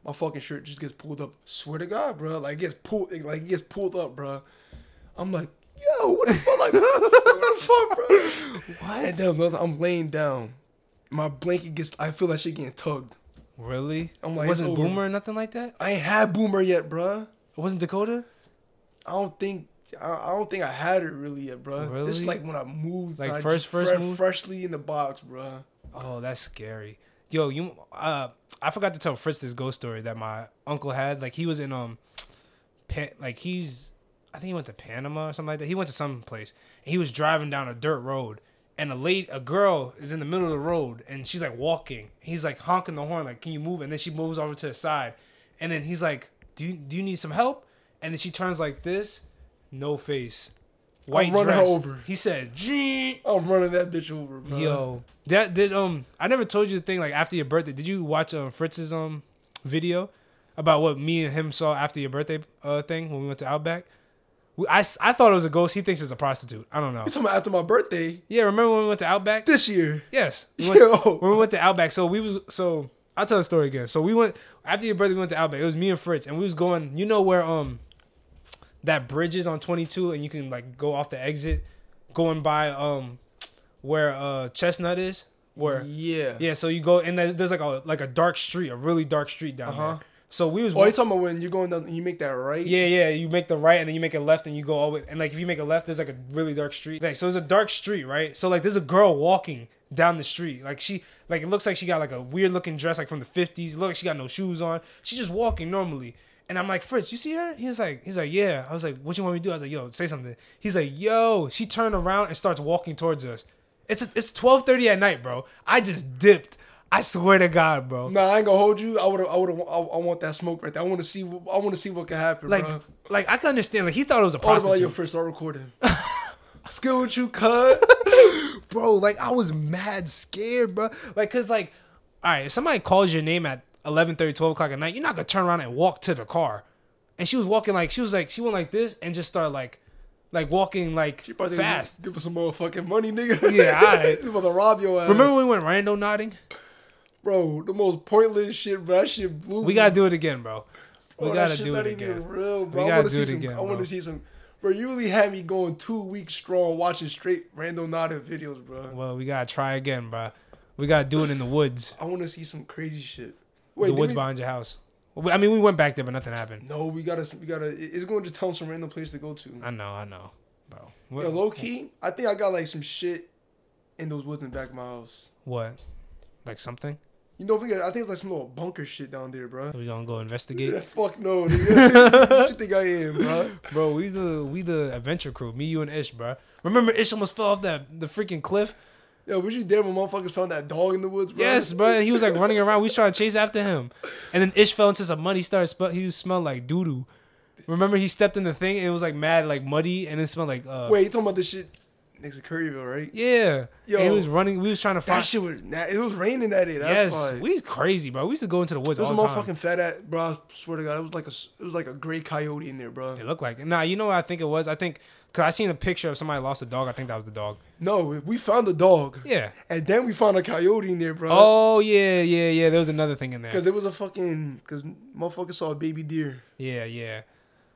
S2: My fucking shirt just gets pulled up. Swear to God, bro. Like it gets pulled, it, like it gets pulled up, bro. I'm like, yo, what the fuck, like, what the fuck, bro? What? I'm laying down. My blanket gets. I feel that shit getting tugged.
S1: Really?
S2: I'm like,
S1: wasn't
S2: it's over.
S1: Boomer or nothing like that?
S2: I ain't had Boomer yet, bruh.
S1: It wasn't Dakota?
S2: I don't think I, I don't think I had it really yet, bro. This
S1: Really?
S2: is like when I moved,
S1: Like
S2: I
S1: first-
S2: just
S1: first
S2: fre-
S1: move?
S2: freshly in the box, bro.
S1: Oh, that's scary. Yo, you uh I forgot to tell Fritz this ghost story that my uncle had. Like he was in um Pan- like he's I think he went to Panama or something like that. He went to some place. And he was driving down a dirt road and a late a girl is in the middle of the road and she's like walking. He's like honking the horn like, "Can you move?" And then she moves over to the side. And then he's like, "Do you, do you need some help?" And then she turns like this, no face. White
S2: running her
S1: dress.
S2: over.
S1: He said, "Gee."
S2: I'm running that bitch over, bro.
S1: Yo, that did um. I never told you the thing like after your birthday. Did you watch um Fritz's um video about what me and him saw after your birthday uh thing when we went to Outback? We, I s- I thought it was a ghost. He thinks it's a prostitute. I don't know.
S2: You talking about after my birthday
S1: Yeah, remember when we went to Outback?
S2: this year?
S1: Yes. We went,
S2: Yo,
S1: when we went to Outback, so we was so I'll tell the story again. So we went after your birthday. We went to Outback. It was me and Fritz, and we was going. You know where um that bridge is on twenty two, and you can like go off the exit, going by um where uh Chestnut is. Where
S2: yeah.
S1: yeah, so you go and there- there's like a like a dark street, a really dark street down there. So we was
S2: Uh-huh. Oh, you
S1: walk-
S2: talking about when you're going down? You make that right?
S1: yeah, yeah. You make the right and then you make a left and you go all the way. And like if you make a left, there's like a really dark street. Like so, there's a dark street, right? So like there's a girl walking down the street. Like she, like it looks like she got like a weird looking dress, like from the fifties. Look, like she got no shoes on. She's just walking normally. And I'm like, Fritz, you see her? He was like, he's like, yeah. I was like, what you want me to do? I was like, yo, say something. He's like, yo. She turned around and starts walking towards us. It's it's 12:30 at night, bro. I just dipped. I swear to God, bro.
S2: Nah, I ain't gonna hold you. I would. I would. I, I want that smoke right there. I want to see. what- I want to see what can happen,
S1: Like,
S2: bro.
S1: like I can understand. Like he thought it was a
S2: What about
S1: prostitute.
S2: your first start recording? Skill with you, cut.
S1: bro. Like I was mad scared, bro. Like, cause like, all right, if somebody calls your name at 11, 12 o'clock at night, you're not gonna turn around and walk to the car. And she was walking like she was like she went like this and just started like, like walking like
S2: Probably
S1: fast.
S2: Give us some motherfucking money, nigga.
S1: Yeah, alright.
S2: about to rob your ass.
S1: Remember when we went rando nodding?
S2: bro, the most pointless shit, bro. That shit blew.
S1: We
S2: me.
S1: gotta do it again, bro. We
S2: Bro, that
S1: gotta
S2: shit
S1: do
S2: not
S1: it
S2: even
S1: again.
S2: real, bro.
S1: We
S2: I
S1: gotta
S2: want
S1: do
S2: to see
S1: it
S2: some.
S1: again,
S2: I want
S1: bro.
S2: to see some. Bro, you really had me going two weeks strong watching straight random Nada videos, bro.
S1: Well, we gotta try again, bro. We gotta do it in the woods.
S2: I want to see some crazy shit.
S1: The
S2: Wait, did
S1: woods
S2: we,
S1: behind your house. We- I mean, we went back there, but nothing happened.
S2: no, we gotta, we gotta. it- It's going to tell some random place to go to.
S1: I know, I know, bro. What?
S2: Yo, low key, I think I got like some shit in those woods in the back of my house.
S1: what? Like something?
S2: You know, if we got, I think it's like some little bunker shit down there, bro.
S1: We gonna go investigate?
S2: Yeah, fuck no, nigga. what you think I am, bro?
S1: Bro, we the we the adventure crew. Me, you, and Ish, bro. Remember, Ish almost fell off that the freaking cliff.
S2: Yo, was you there when motherfuckers found that dog in the woods, bro?
S1: Yes, bro. And he was like running around. We was trying to chase after him, and then Ish fell into some mud. He started smell. He smelled like doo doo. Remember, he stepped in the thing and it was like mad, like muddy, and it smelled like uh.
S2: Wait, you talking about this shit next to Curryville, right?
S1: Yeah. Yo, he
S2: Yo.
S1: was running. We was trying to
S2: That
S1: find.
S2: shit was. na it was raining that day.
S1: yes,
S2: That's why.
S1: we was crazy, bro. We used to go into the woods
S2: it was
S1: all the
S2: a
S1: time.
S2: motherfucking fat ass, bro. I swear to God, it was like a, s- it was like a gray coyote in there, bro.
S1: It looked like nah. You know what I think it was? I think because I seen a picture of somebody lost a dog. I think that was the dog.
S2: No, we- we found a dog.
S1: Yeah.
S2: And then we found a coyote in there, bro.
S1: Oh yeah, yeah, yeah. There was another thing in there.
S2: Cause it was a fucking, cause motherfucker saw a baby deer,
S1: Yeah, yeah.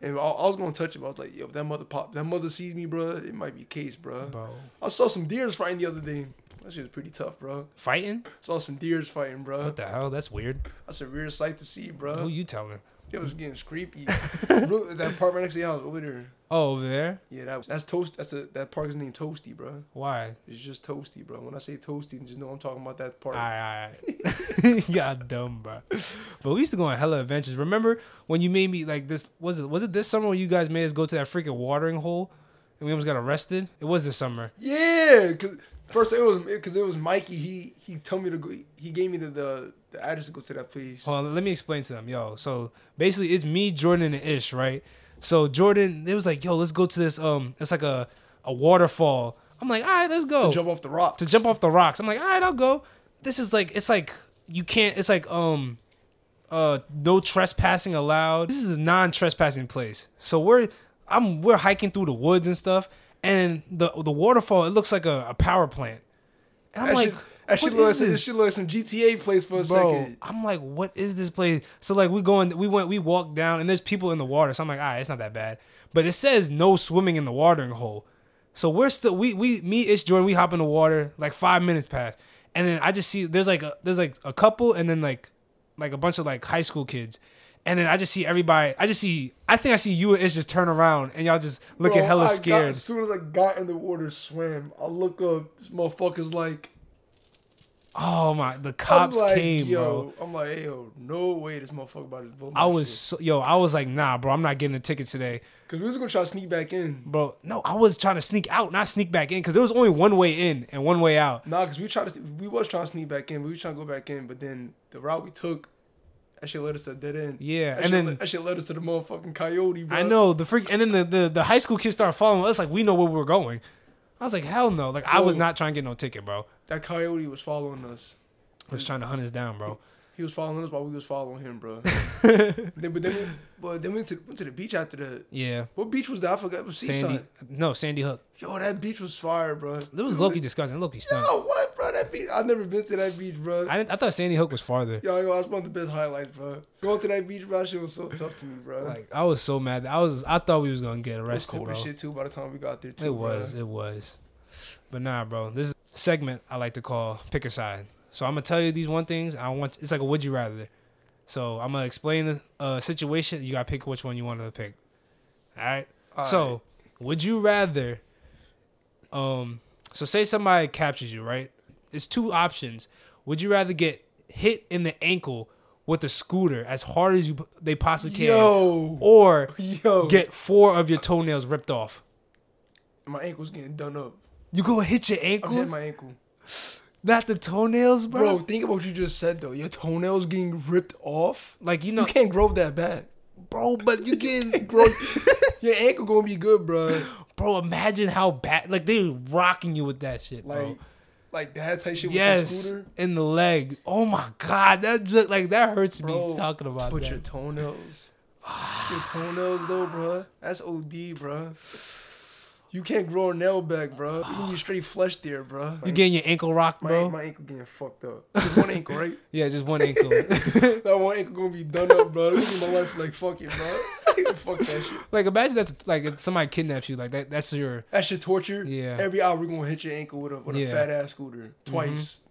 S2: and I, I was gonna touch it. But I was like, yo, if that mother pop, that mother sees me, bro. It might be case, bro.
S1: Bro.
S2: I saw some deers fighting the other day. That shit was pretty tough, bro.
S1: Fighting?
S2: Saw some deers fighting, bro.
S1: What the hell? That's weird.
S2: That's a rare sight to see, bro.
S1: Who you telling?
S2: It was getting creepy. Bro, that park right next to your house over there.
S1: Oh, over there?
S2: Yeah, that, that's toast. That's a, that park is named Toasty, bro.
S1: Why?
S2: It's just Toasty, bro. When I say Toasty, just know I'm talking about that park.
S1: Alright, alright. Y'all dumb, bro. But we used to go on hella adventures. Remember when you made me like this was it was it this summer when you guys made us go to that freaking watering hole and we almost got arrested? It was this summer.
S2: Yeah, cause first it was because it was Mikey. He he told me to go. He gave me the the, the address to go to that place.
S1: Hold on, let me explain to them, yo. So basically, it's me, Jordan, and Ish, right? So Jordan, it was like, yo, let's go to this. Um, it's like a a waterfall. I'm like, all right, let's go.
S2: Jump off the rock.
S1: to jump off the rocks. I'm like, all right, I'll go. This is like, it's like you can't. It's like um, uh, no trespassing allowed. This is a non-trespassing place. So we're I'm we're hiking through the woods and stuff, and the the waterfall. It looks like a, a power plant. And I'm
S2: That
S1: like,
S2: shit- that That shit
S1: What
S2: looks
S1: is
S2: like,
S1: this?
S2: this shit looks like some GTA place for a
S1: bro.
S2: second.
S1: I'm like, what is this place? So like we going, we went, we walked down, and there's people in the water. So I'm like, all right, it's not that bad. But it says no swimming in the watering hole. So we're still, we we me Ish Jordan, we hop in the water. Like five minutes pass, and then I just see there's like a, there's like a couple, and then like like a bunch of like high school kids. And then I just see everybody. I just see. I think I see you and Ish just turn around, and y'all just looking
S2: Bro,
S1: hella
S2: I got-
S1: scared.
S2: as soon as I got in the water, swam. I look up, this motherfucker's like,
S1: oh my! The cops
S2: I'm like,
S1: came,
S2: yo,
S1: bro.
S2: I'm like, hey, yo, no way, this motherfucker about to blow my
S1: I was so, yo. I was like, nah, bro. I'm not getting a ticket today.
S2: because we was gonna try to sneak back in.
S1: Bro, no, I was trying to sneak out, not sneak back in, because there was only one way in and one way out.
S2: Nah, because we tried to, we was trying to sneak back in, but we was trying to go back in, but then the route we took, that shit led us to a dead end.
S1: Yeah,
S2: that
S1: and
S2: shit
S1: then-
S2: le- that shit led us to the motherfucking coyote. Bro.
S1: I know the freak, and then the, the the high school kids started following us, like we know where we were going. I was like, hell no, like I was
S2: Bro.
S1: not trying to get no ticket, bro.
S2: that coyote was following us.
S1: I was trying to hunt us down, bro.
S2: He was following us while we was following him, bro. then, but then we, but then we went to, went to the beach after that.
S1: Yeah,
S2: What beach was that? I forgot. It was Seaside.
S1: Sandy, no Sandy Hook.
S2: Yo, that beach was fire, bro.
S1: It was Loki disgusting, Loki stunned.
S2: Yo, what, bro? That beach. I've never been to that beach, bro.
S1: I didn't, I thought Sandy Hook was farther.
S2: Yo, yo, that's one of the best highlights, bro. Going to that beach, bro, that shit was so tough to me, bro. Like,
S1: Like I was so mad. I was I thought we was gonna get
S2: it was
S1: arrested,
S2: cold
S1: bro.
S2: as shit too by the time we got there. Too,
S1: It was, it was. But nah, bro. This is a segment I like to call pick a side. So I'm gonna tell you these one things. I want it's like a would you rather. So I'm gonna explain the uh, situation. You gotta pick which one you want to pick. All right. so would you rather? Um. So say somebody captures you, right? It's two options. Would you rather get hit in the ankle with a scooter as hard as you p- they possibly can,
S2: Yo.
S1: or
S2: Yo.
S1: get four of your toenails ripped off?
S2: My ankle's getting done up.
S1: You gonna hit your
S2: I'm hitting
S1: ankles,
S2: my ankle.
S1: not the toenails,
S2: Bro,
S1: bro.
S2: think about what you just said though. Your toenails getting ripped off.
S1: Like you
S2: You
S1: know,
S2: can't grow that back.
S1: bro. But you getting,
S2: Grow your ankle gonna be good, bro.
S1: bro. Imagine how bad. Like they rocking you with that shit,
S2: Like
S1: bro.
S2: like that type shit with the
S1: yes,
S2: scooter.
S1: in the leg. Oh my god, that just like that hurts me
S2: Bro,
S1: talking about
S2: But
S1: that.
S2: your toenails. your toenails though, bro. That's OD, bro. You can't grow a nail back, bro. You gonna be straight flesh there, bro.
S1: you getting your ankle rocked,
S2: my,
S1: bro.
S2: my ankle getting fucked up. Just one ankle, right?
S1: yeah, just one ankle.
S2: That one ankle gonna be done up, bro. This is my life. Like fuck it, bro. fuck that shit.
S1: like imagine that's like if somebody kidnaps you. Like that. That's your.
S2: That shit torture.
S1: Yeah.
S2: Every hour we're gonna hit your ankle with a with
S1: Yeah. Mm-hmm.
S2: a fat ass scooter twice.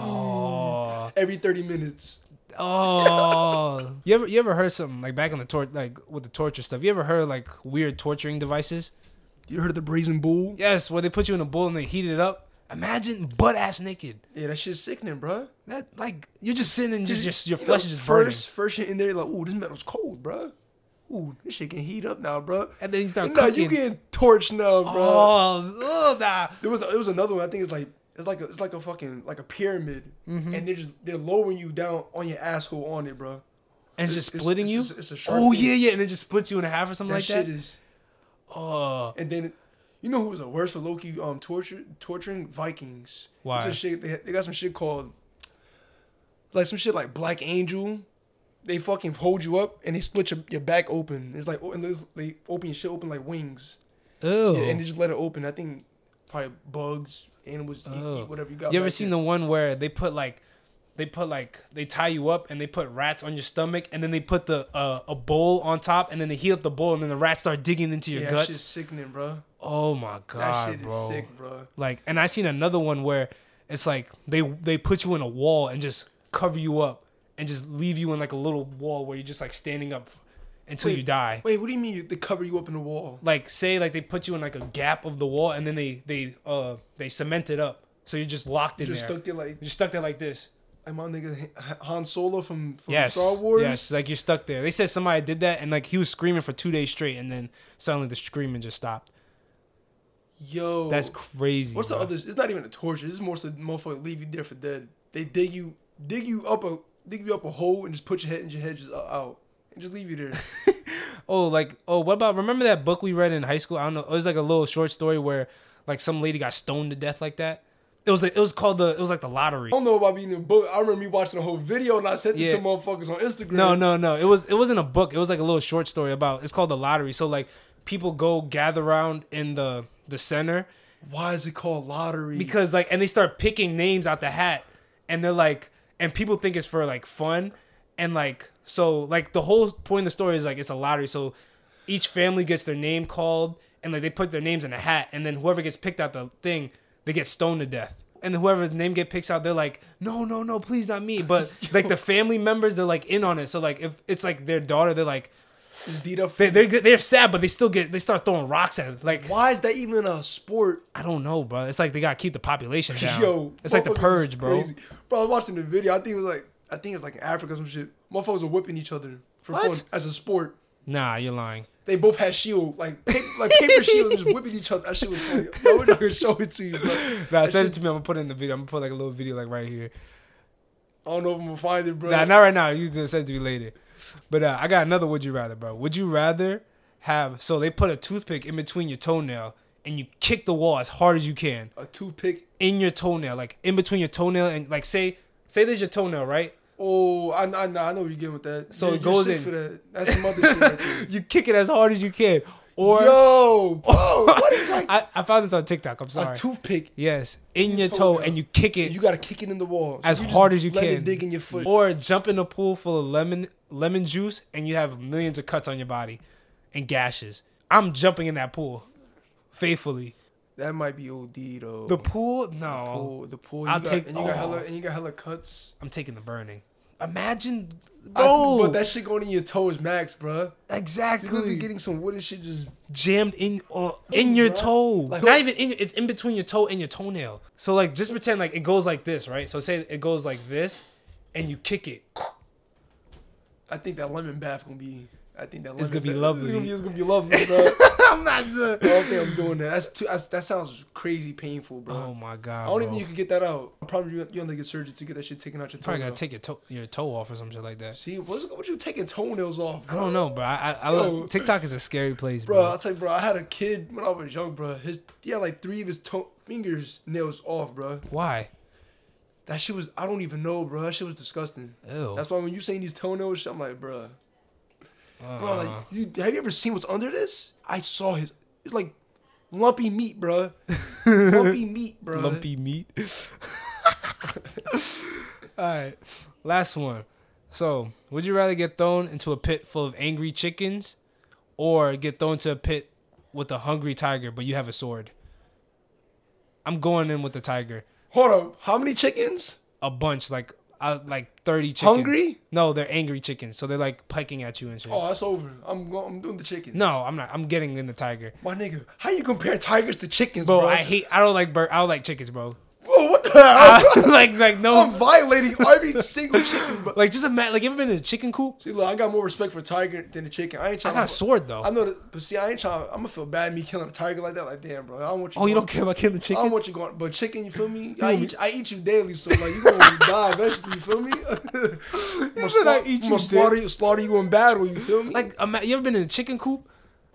S1: Oh,
S2: Every thirty minutes.
S1: oh. you ever you ever heard something like back in the tort like with the torture stuff? You ever heard like weird torturing devices?
S2: You heard of the brazen bull? Yeah,
S1: Yes, where they put you in a bowl and they heat it up. Imagine butt ass naked.
S2: that shit's sickening, bro.
S1: That like you're just sitting and just, just your
S2: you
S1: flesh
S2: know,
S1: is just burning.
S2: first, First shit in there, like, ooh, this metal's cold, bro. Ooh, this shit can heat up now, bro.
S1: And then you start
S2: No,
S1: cooking.
S2: you getting torched now, bro.
S1: Oh, ugh, nah.
S2: There was there was another one. I think it's like it's like a, it's like a fucking like a pyramid,
S1: Mm-hmm.
S2: and they're just they're lowering you down on your asshole on it, bro.
S1: And it's just
S2: It's-
S1: splitting
S2: it's-
S1: you.
S2: it's- it's a sharp
S1: oh
S2: thing.
S1: yeah, yeah, and it just splits you in half or something
S2: That
S1: like
S2: shit
S1: that.
S2: is. Oh. And then, you know who was the worst for Loki? Um, torture torturing Vikings.
S1: Why?
S2: It's a shit- they, they got some shit called like some shit like Black Angel. They fucking hold you up and they split your, your back open. It's like oh, and they- they open your shit open like wings,
S1: Ew.
S2: Yeah, and they just let it open. I think probably bugs, animals, eat-
S1: Ugh.
S2: eat whatever you got.
S1: You ever
S2: back
S1: seen
S2: there.
S1: the one where they put like, they put like they tie you up and they put rats on your stomach and then they put the uh, a bowl on top and then they heat up the bowl and then the rats start digging into your
S2: yeah, that
S1: guts.
S2: shit's sickening, bro.
S1: oh my
S2: That
S1: god,
S2: shit
S1: bro.
S2: is sick, bro.
S1: Like, and I seen another one where it's like they they put you in a wall and just cover you up and just leave you in like a little wall where you're just like standing up until you die.
S2: Wait, what do you mean you, they cover you up in the wall?
S1: Like, say like they put you in like a gap of the wall and then they they uh they cement it up so you're just locked in
S2: Just
S1: there.
S2: stuck there like
S1: you're just stuck there like this.
S2: like my nigga Han- Han Solo from, from
S1: Yes,
S2: Star Wars.
S1: yes, like you're stuck there. They said somebody did that and like he was screaming for two days straight and then suddenly the screaming just stopped.
S2: Yo,
S1: That's crazy.
S2: What's the
S1: bro.
S2: other? It's not even a torture. This is more so motherfucker leave you there for dead. They dig you, dig you up a, dig you up a hole and just put your head and your head just uh, out and just leave you there.
S1: Oh, like oh, what about remember that book we read in high school? I don't know. It was like a little short story where like some lady got stoned to death like that. It was like, it was called the it was like the lottery.
S2: I don't know about being in a book. I remember me watching the whole video and I sent it
S1: Yeah.
S2: to motherfuckers on Instagram.
S1: No, no, no. It was it wasn't a book. It was like a little short story about. It's called the lottery. So like people go gather around in the the center
S2: Why is it called lottery?
S1: because like and they start picking names out the hat and they're like and people think it's for like fun and like so like the whole point of the story is like it's a lottery so each family gets their name called and like they put their names in a hat and then whoever gets picked out the thing they get stoned to death and then whoever's name get picked out they're like no no no please not me but like the family members they're like in on it so like if it's like their daughter they're like
S2: it's beat up.
S1: they, they're, they're sad but they still get they start throwing rocks at it like
S2: Why is that even a sport?
S1: I don't know, bro. It's like they gotta keep the population down.
S2: Yo,
S1: it's like the
S2: motherfuckers is
S1: purge, bro.
S2: crazy. Bro, I was watching the video. I think it was like I think it was like in Africa or some shit. Motherfuckers were whipping each other for fun
S1: What?
S2: as a sport.
S1: Nah, you're lying.
S2: They both had shield like paper, like paper shield just whipping each other. That shit was funny. Bro, we're not gonna show it to you. Bro.
S1: Nah,
S2: That
S1: send it
S2: shit-
S1: to me. I'm gonna put it in the video. I'm gonna put like a little video like right here.
S2: I don't know if I'm gonna find it, bro.
S1: Nah, not right now. You just send it to me later. But uh, I got another. Would you rather, bro? Would you rather have so they put a toothpick in between your toenail and you kick the wall as hard as you can
S2: A toothpick.
S1: in your toenail, like in between your toenail and like say say there's your toenail, right?
S2: Oh, I, I, nah, I know what you're getting with that.
S1: So
S2: You're-
S1: it
S2: you're
S1: goes
S2: sick
S1: in.
S2: For that. That's some other shit. Right there.
S1: You kick it as hard as you can, or
S2: Yo, bro, what is like
S1: I, I found this on TikTok. I'm
S2: a
S1: sorry.
S2: toothpick?
S1: yes, in your toe,
S2: toenail.
S1: and you kick it.
S2: You gotta kick it in the wall So
S1: as
S2: just
S1: hard as you
S2: let
S1: can.
S2: It dig in your foot.
S1: Or jump in a pool full of lemon lemon juice and you have millions of cuts on your body and gashes. I'm jumping in that pool. Faithfully.
S2: that might be OD though.
S1: The pool? No.
S2: pool, the pool. You
S1: I'll
S2: got,
S1: take-
S2: and you got hella
S1: oh.
S2: and you got hella cuts.
S1: I'm taking the burning. Imagine
S2: I-
S1: bro,
S2: but that shit going in your toe is max, bro. You're
S1: exactly
S2: literally getting some wooden shit just.
S1: jammed in uh, in your
S2: bro.
S1: toe.
S2: Like-
S1: Not even in it's in between your toe and your toenail. So like just pretend like it goes like this, right? So say it goes like this and you kick it.
S2: I think that lemon bath gonna be. I think that lemon
S1: It's gonna be
S2: bath-
S1: lovely.
S2: It's gonna be, it's gonna be lovely, bro.
S1: I'm not doing
S2: I don't think I'm doing that. That's too. That's, that sounds crazy painful, bro.
S1: Oh my god.
S2: I don't
S1: bro.
S2: even think you could get that out. Probably you you have to get surgery to get that shit taken out your toe.
S1: probably gotta take your toe your toe off or some shit like that.
S2: See, what's what you taking toenails off?
S1: I
S2: Bro?
S1: don't know, bro. I, I, I
S2: Yo.
S1: TikTok is a scary place,
S2: Bro,
S1: bro.
S2: I'll tell you, bro. I had a kid when I was young, bro. His he had like three of his toe, fingers nails off, bro.
S1: Why?
S2: That shit was I don't even know, bro. That shit was disgusting.
S1: Ew.
S2: That's why when you saying these toenails, shit, I'm like, bro. Bro,
S1: Uh.
S2: like, you have you ever seen what's under this? I saw his. It's like lumpy meat, bro. lumpy meat, bro.
S1: Lumpy meat. All right, last one. So, would you rather get thrown into a pit full of angry chickens, or get thrown into a pit with a hungry tiger, but you have a sword? I'm going in with the tiger.
S2: Hold up. How many chickens?
S1: A bunch, like uh, like thirty chickens.
S2: Hungry?
S1: No, they're angry chickens, so they're like pecking at you and shit.
S2: Oh, that's over. I'm going. I'm doing the chicken.
S1: No, I'm not. I'm getting in the tiger.
S2: My nigga, how you compare tigers to chickens,
S1: Bro,
S2: bro?
S1: I hate. I don't like bird. I don't like chickens, bro.
S2: Bro, what the hell? bro?
S1: like, like no.
S2: I'm violating every single chicken, bro.
S1: Like just imagine, like you ever been in a chicken coop?
S2: See, look, I got more respect for tiger than a chicken. I ain't
S1: I
S2: trying.
S1: got a sword though.
S2: I know that, but see, I ain't trying. I'm gonna feel bad me killing a tiger like that. Like, damn, bro, I don't want you.
S1: oh, you
S2: going-
S1: don't care about killing the
S2: I
S1: chicken?
S2: don't want you going, but chicken, you feel me? I eat, I eat you daily, so like you gonna die eventually. You feel me? you
S1: said I eat you daily.
S2: slaughter you, slaughter you in battle. You feel me?
S1: like, ima- you ever been in a chicken coop,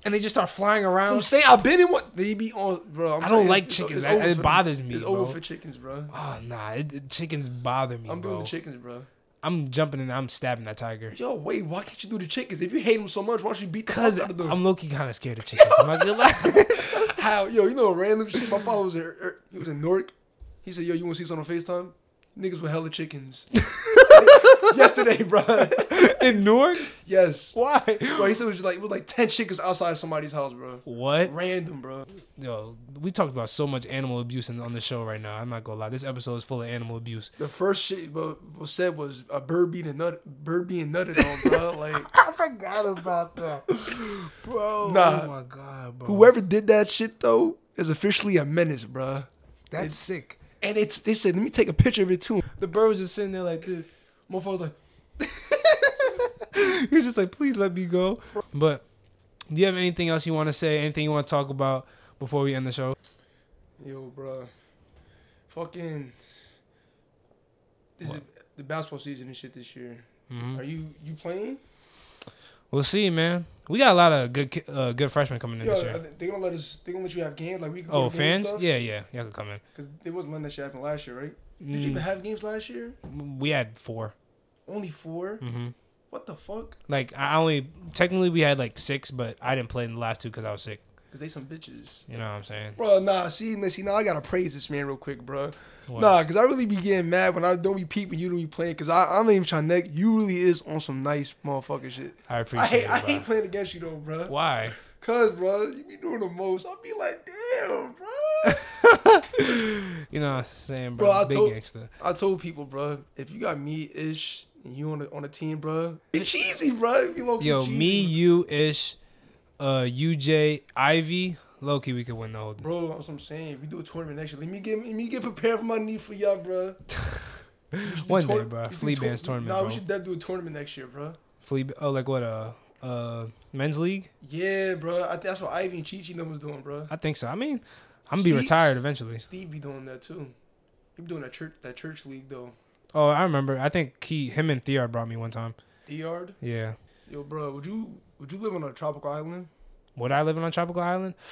S1: and they just start flying around?
S2: I'm saying, I've been in what they be on, bro. I'm
S1: I don't
S2: telling you,
S1: like
S2: it's-
S1: chickens.
S2: it's
S1: That-
S2: over
S1: it
S2: for them.
S1: bothers me,
S2: It's
S1: bro.
S2: over for chickens, bro.
S1: oh nah, it, it- chickens bother me,
S2: I'm
S1: bro.
S2: doing the chickens, bro.
S1: I'm jumping and I'm stabbing that tiger.
S2: Yo, wait, why can't you do the chickens? If you hate them so much, why don't you beat the
S1: Cause
S2: fuck out of them?
S1: I'm low key kind of scared of chickens. I'm not gonna lie.
S2: How yo, you know random shit. My father was in, er, he was in Newark. He said, "Yo, you want to see something on Facetime? Niggas with hella chickens." Yesterday, bro.
S1: in Newark?
S2: yes.
S1: Why?
S2: Bro, he said it was like it was like ten chickens outside somebody's house, bro.
S1: What?
S2: Random, bro.
S1: Yo, we talked about so much animal abuse in, on the show right now. I'm not gonna lie. This episode is full of animal abuse.
S2: The first shit bro, was said was a bird being a nut, bird being nutted on, bro. Like
S1: I forgot about that, bro.
S2: Nah.
S1: Oh my god, bro.
S2: whoever did that shit though is officially a menace, bro.
S1: That's sick.
S2: And it's they said, let me take a picture of it too.
S1: The bird was just sitting there like this.
S2: Motherfucker was like,
S1: he was just like, please let me go. But do you have anything else you want to say? Anything you want to talk about before we end the show?
S2: Yo, bro. Fucking. This is the basketball season and shit this year.
S1: Hmm?
S2: Are you you playing?
S1: Mm-hmm. We'll see, man. We got a lot of good ki- uh, good freshmen coming in
S2: Yeah,
S1: this year.
S2: are they gonna let us. They gonna let you have games like we. Can
S1: Oh, fans? Yeah, yeah, y'all can come in.
S2: Because they wasn't letting that shit happen last year, right? Did you even have games last year?
S1: Mm, We had four.
S2: Only 4 Mm-hmm. What the fuck?
S1: Like I only technically we had like six, but I didn't play in the last two because I was sick.
S2: Cause they some bitches.
S1: You know what I'm saying?
S2: Bro, nah, see, man, see, now I gotta praise this man real quick, bro. Nah, cause I really be getting mad when I don't be peeping you don't be playing. Cause I, I'm not even trying to neck. You really is on some nice motherfucking shit.
S1: I appreciate
S2: I hate,
S1: it.
S2: I
S1: bro.
S2: hate playing against you though, bro.
S1: Why?
S2: Cause, bro, you be doing the most. I'll be like, damn, bro.
S1: You know what I'm saying, bro?
S2: Bro, I
S1: Big
S2: told-
S1: gangster.
S2: I told people, bro, if you got me ish and you on a, on a team, bro, be cheesy, bro. Be low-key
S1: Yo,
S2: cheesy,
S1: me, you, Ish, uh, UJ, Ivy, Loki, we could win the whole thing.
S2: Bro, that's what I'm saying. We do a tournament next year. Let me get let me get prepared for my knee for y'all, bro.
S1: One day, bro. Flea Band's tournament,
S2: Nah,
S1: bro.
S2: we should definitely do a tournament next year, bro.
S1: Flea, oh, like what? Uh, uh, men's league?
S2: Yeah, bro. I think that's what Ivy and Chichi them was doing, bro.
S1: I think so. I mean, I'm gonna be
S2: Steve-
S1: retired eventually.
S2: Steve be doing that too. He be doing that church that church league though.
S1: Oh, I remember. I think he, him, and Theod brought me one time.
S2: The yard.
S1: Yeah.
S2: Yo, bro, would you would you live on a tropical island?
S1: Would I live on a tropical island?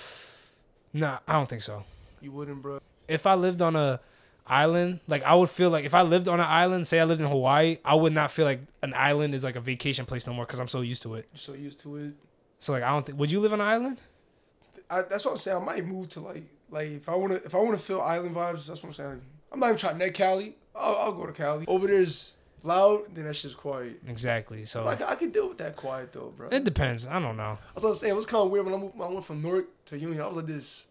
S1: Nah, I don't think so.
S2: You wouldn't, bro.
S1: If I lived on a island, like I would feel like if I lived on an island, say I lived in Hawaii, I would not feel like an island is like a vacation place no more because I'm so used to it.
S2: You're so used to it.
S1: So like I don't think. Would you live on an island?
S2: I, that's what I'm saying. I might move to like like if I wanna if I wanna feel island vibes. That's what I'm saying. I'm not even trying to net Cali. I'll, I'll go to Cali. Over there's loud, then that's just quiet.
S1: Exactly. So
S2: Like I can deal with that quiet though, bro.
S1: it depends. I don't know.
S2: That's what I'm saying. It was kind of weird when I, moved, when I went from Newark to Union. I was like this.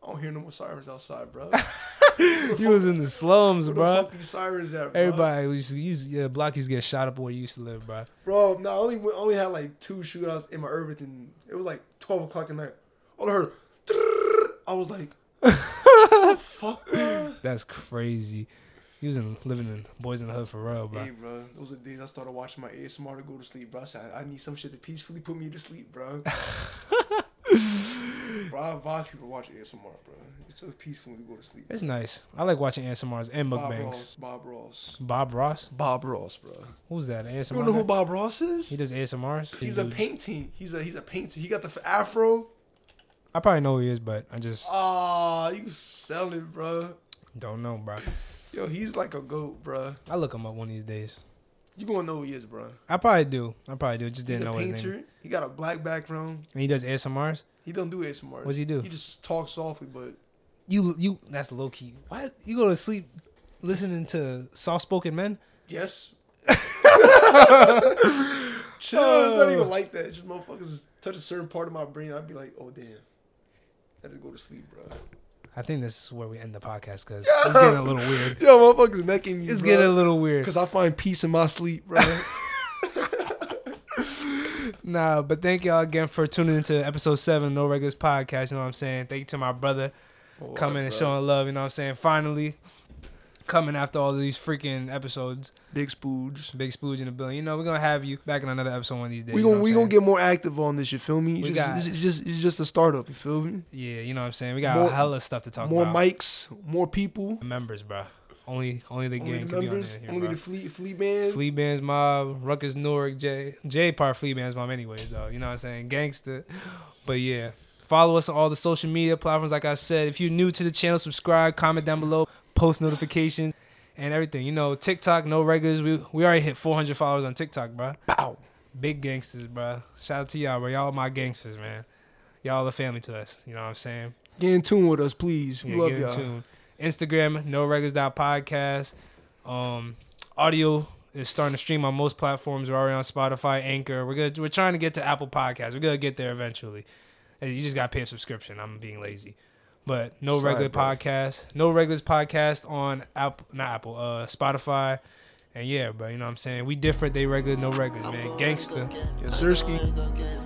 S2: I don't hear no more sirens outside, bro. Where
S1: You was in the slums,
S2: the
S1: bro.
S2: fuck these sirens at, bro?
S1: Everybody was used. Yeah, block used to get shot up where you used to live, bro.
S2: Bro, no, I only went- I only had like two shootouts in my Irvington. It was like twelve o'clock at night. All I heard, I was like, what the fuck, bro?
S1: That's crazy. He was in, living in Boys in the Hood for real, bro.
S2: Hey, bro, those are the days I started watching my ASMR to go to sleep, bro. I said, I need some shit to peacefully put me to sleep, bro. bro, I advise people to watch ASMR, bro. It's so peaceful when you go to sleep.
S1: It's nice. I like watching ASMRs and
S2: Bob
S1: mukbangs.
S2: Ross. Bob Ross.
S1: Bob Ross?
S2: Bob Ross, bro.
S1: Who's that?
S2: You don't know
S1: ASMR?
S2: who
S1: guy?
S2: Bob Ross is?
S1: He does ASMRs.
S2: he's
S1: He
S2: a
S1: do-
S2: painting. He's a he's a painter. He got the f- afro.
S1: I probably know who he is, but I just
S2: Ah, you selling, bro.
S1: don't know, bro.
S2: Yo, he's like a goat, bro.
S1: I look him up one of these days.
S2: You gonna know who he is, bro.
S1: I probably do. I probably do. Just
S2: He's
S1: didn't
S2: a
S1: know his name.
S2: painter. He got a black background.
S1: And he does ASMRs.
S2: He don't do ASMR. What
S1: does he do?
S2: He just talks softly, but
S1: You you. That's low key. What? You go to sleep listening to soft spoken men?
S2: yes. Chill. It's not
S1: Oh.
S2: even like that. It's just motherfuckers touch a certain part of my brain. I'd be like, oh damn. I just go to sleep, bro.
S1: I think this is where we end the podcast because it's getting a little weird.
S2: Yo, motherfuckers necking me.
S1: It's
S2: bro.
S1: getting a little weird.
S2: Cause I find peace in my sleep, bro.
S1: Nah, but thank y'all again for tuning into episode seven of No Regulars Podcast. You know what I'm saying? Thank you to my brother coming and showing love. You know what I'm saying? Finally coming after all these freaking episodes.
S2: Big spooge.
S1: Big Spooge in the building. You know, we're going to have you back in another episode one of these days.
S2: We
S1: you know
S2: gonna
S1: what
S2: we
S1: I'm
S2: gonna
S1: saying?
S2: get more active on this. You feel me?
S1: We
S2: just,
S1: got-
S2: this is just it's just a startup. You feel me?
S1: Yeah, you know what I'm saying? We got
S2: More-
S1: a hella stuff to talk
S2: More
S1: about.
S2: mics, more people.
S1: Members, bro. Only only the
S2: Only
S1: gang
S2: the
S1: can be on
S2: members.
S1: there.
S2: Only the flea flea bands.
S1: Flea Bands Mob, Ruckus Norick, J J part Flea Bands Mob anyways though. You know what I'm saying? Gangster. But yeah. Follow us on all the social media platforms, like I said. If you're new to the channel, subscribe, comment down below, post notifications, and everything. You know, TikTok, no regulars. We we already hit 400 followers on TikTok, bruh.
S2: Bow.
S1: Big gangsters, bruh. Shout out to y'all, bro. Y'all my gangsters, man. Y'all the family to us. You know what I'm saying?
S2: Get in tune with us, please. We
S1: Yeah,
S2: love
S1: get in
S2: y'all.
S1: tune. Instagram, no regulars.podcast. Um, audio is starting to stream on most platforms. We're already on Spotify, Anchor. We're good. We're trying to get to Apple Podcasts. We're gonna get there eventually. And You just gotta pay a subscription. I'm being lazy. But no
S2: Sorry,
S1: regular
S2: bro.
S1: podcast. No regulars podcast on Apple not Apple, uh Spotify. And yeah, bro, you know what I'm saying? We different, they regular, no regulars, man. Gangster.
S2: Yes, Sirski.
S4: Again.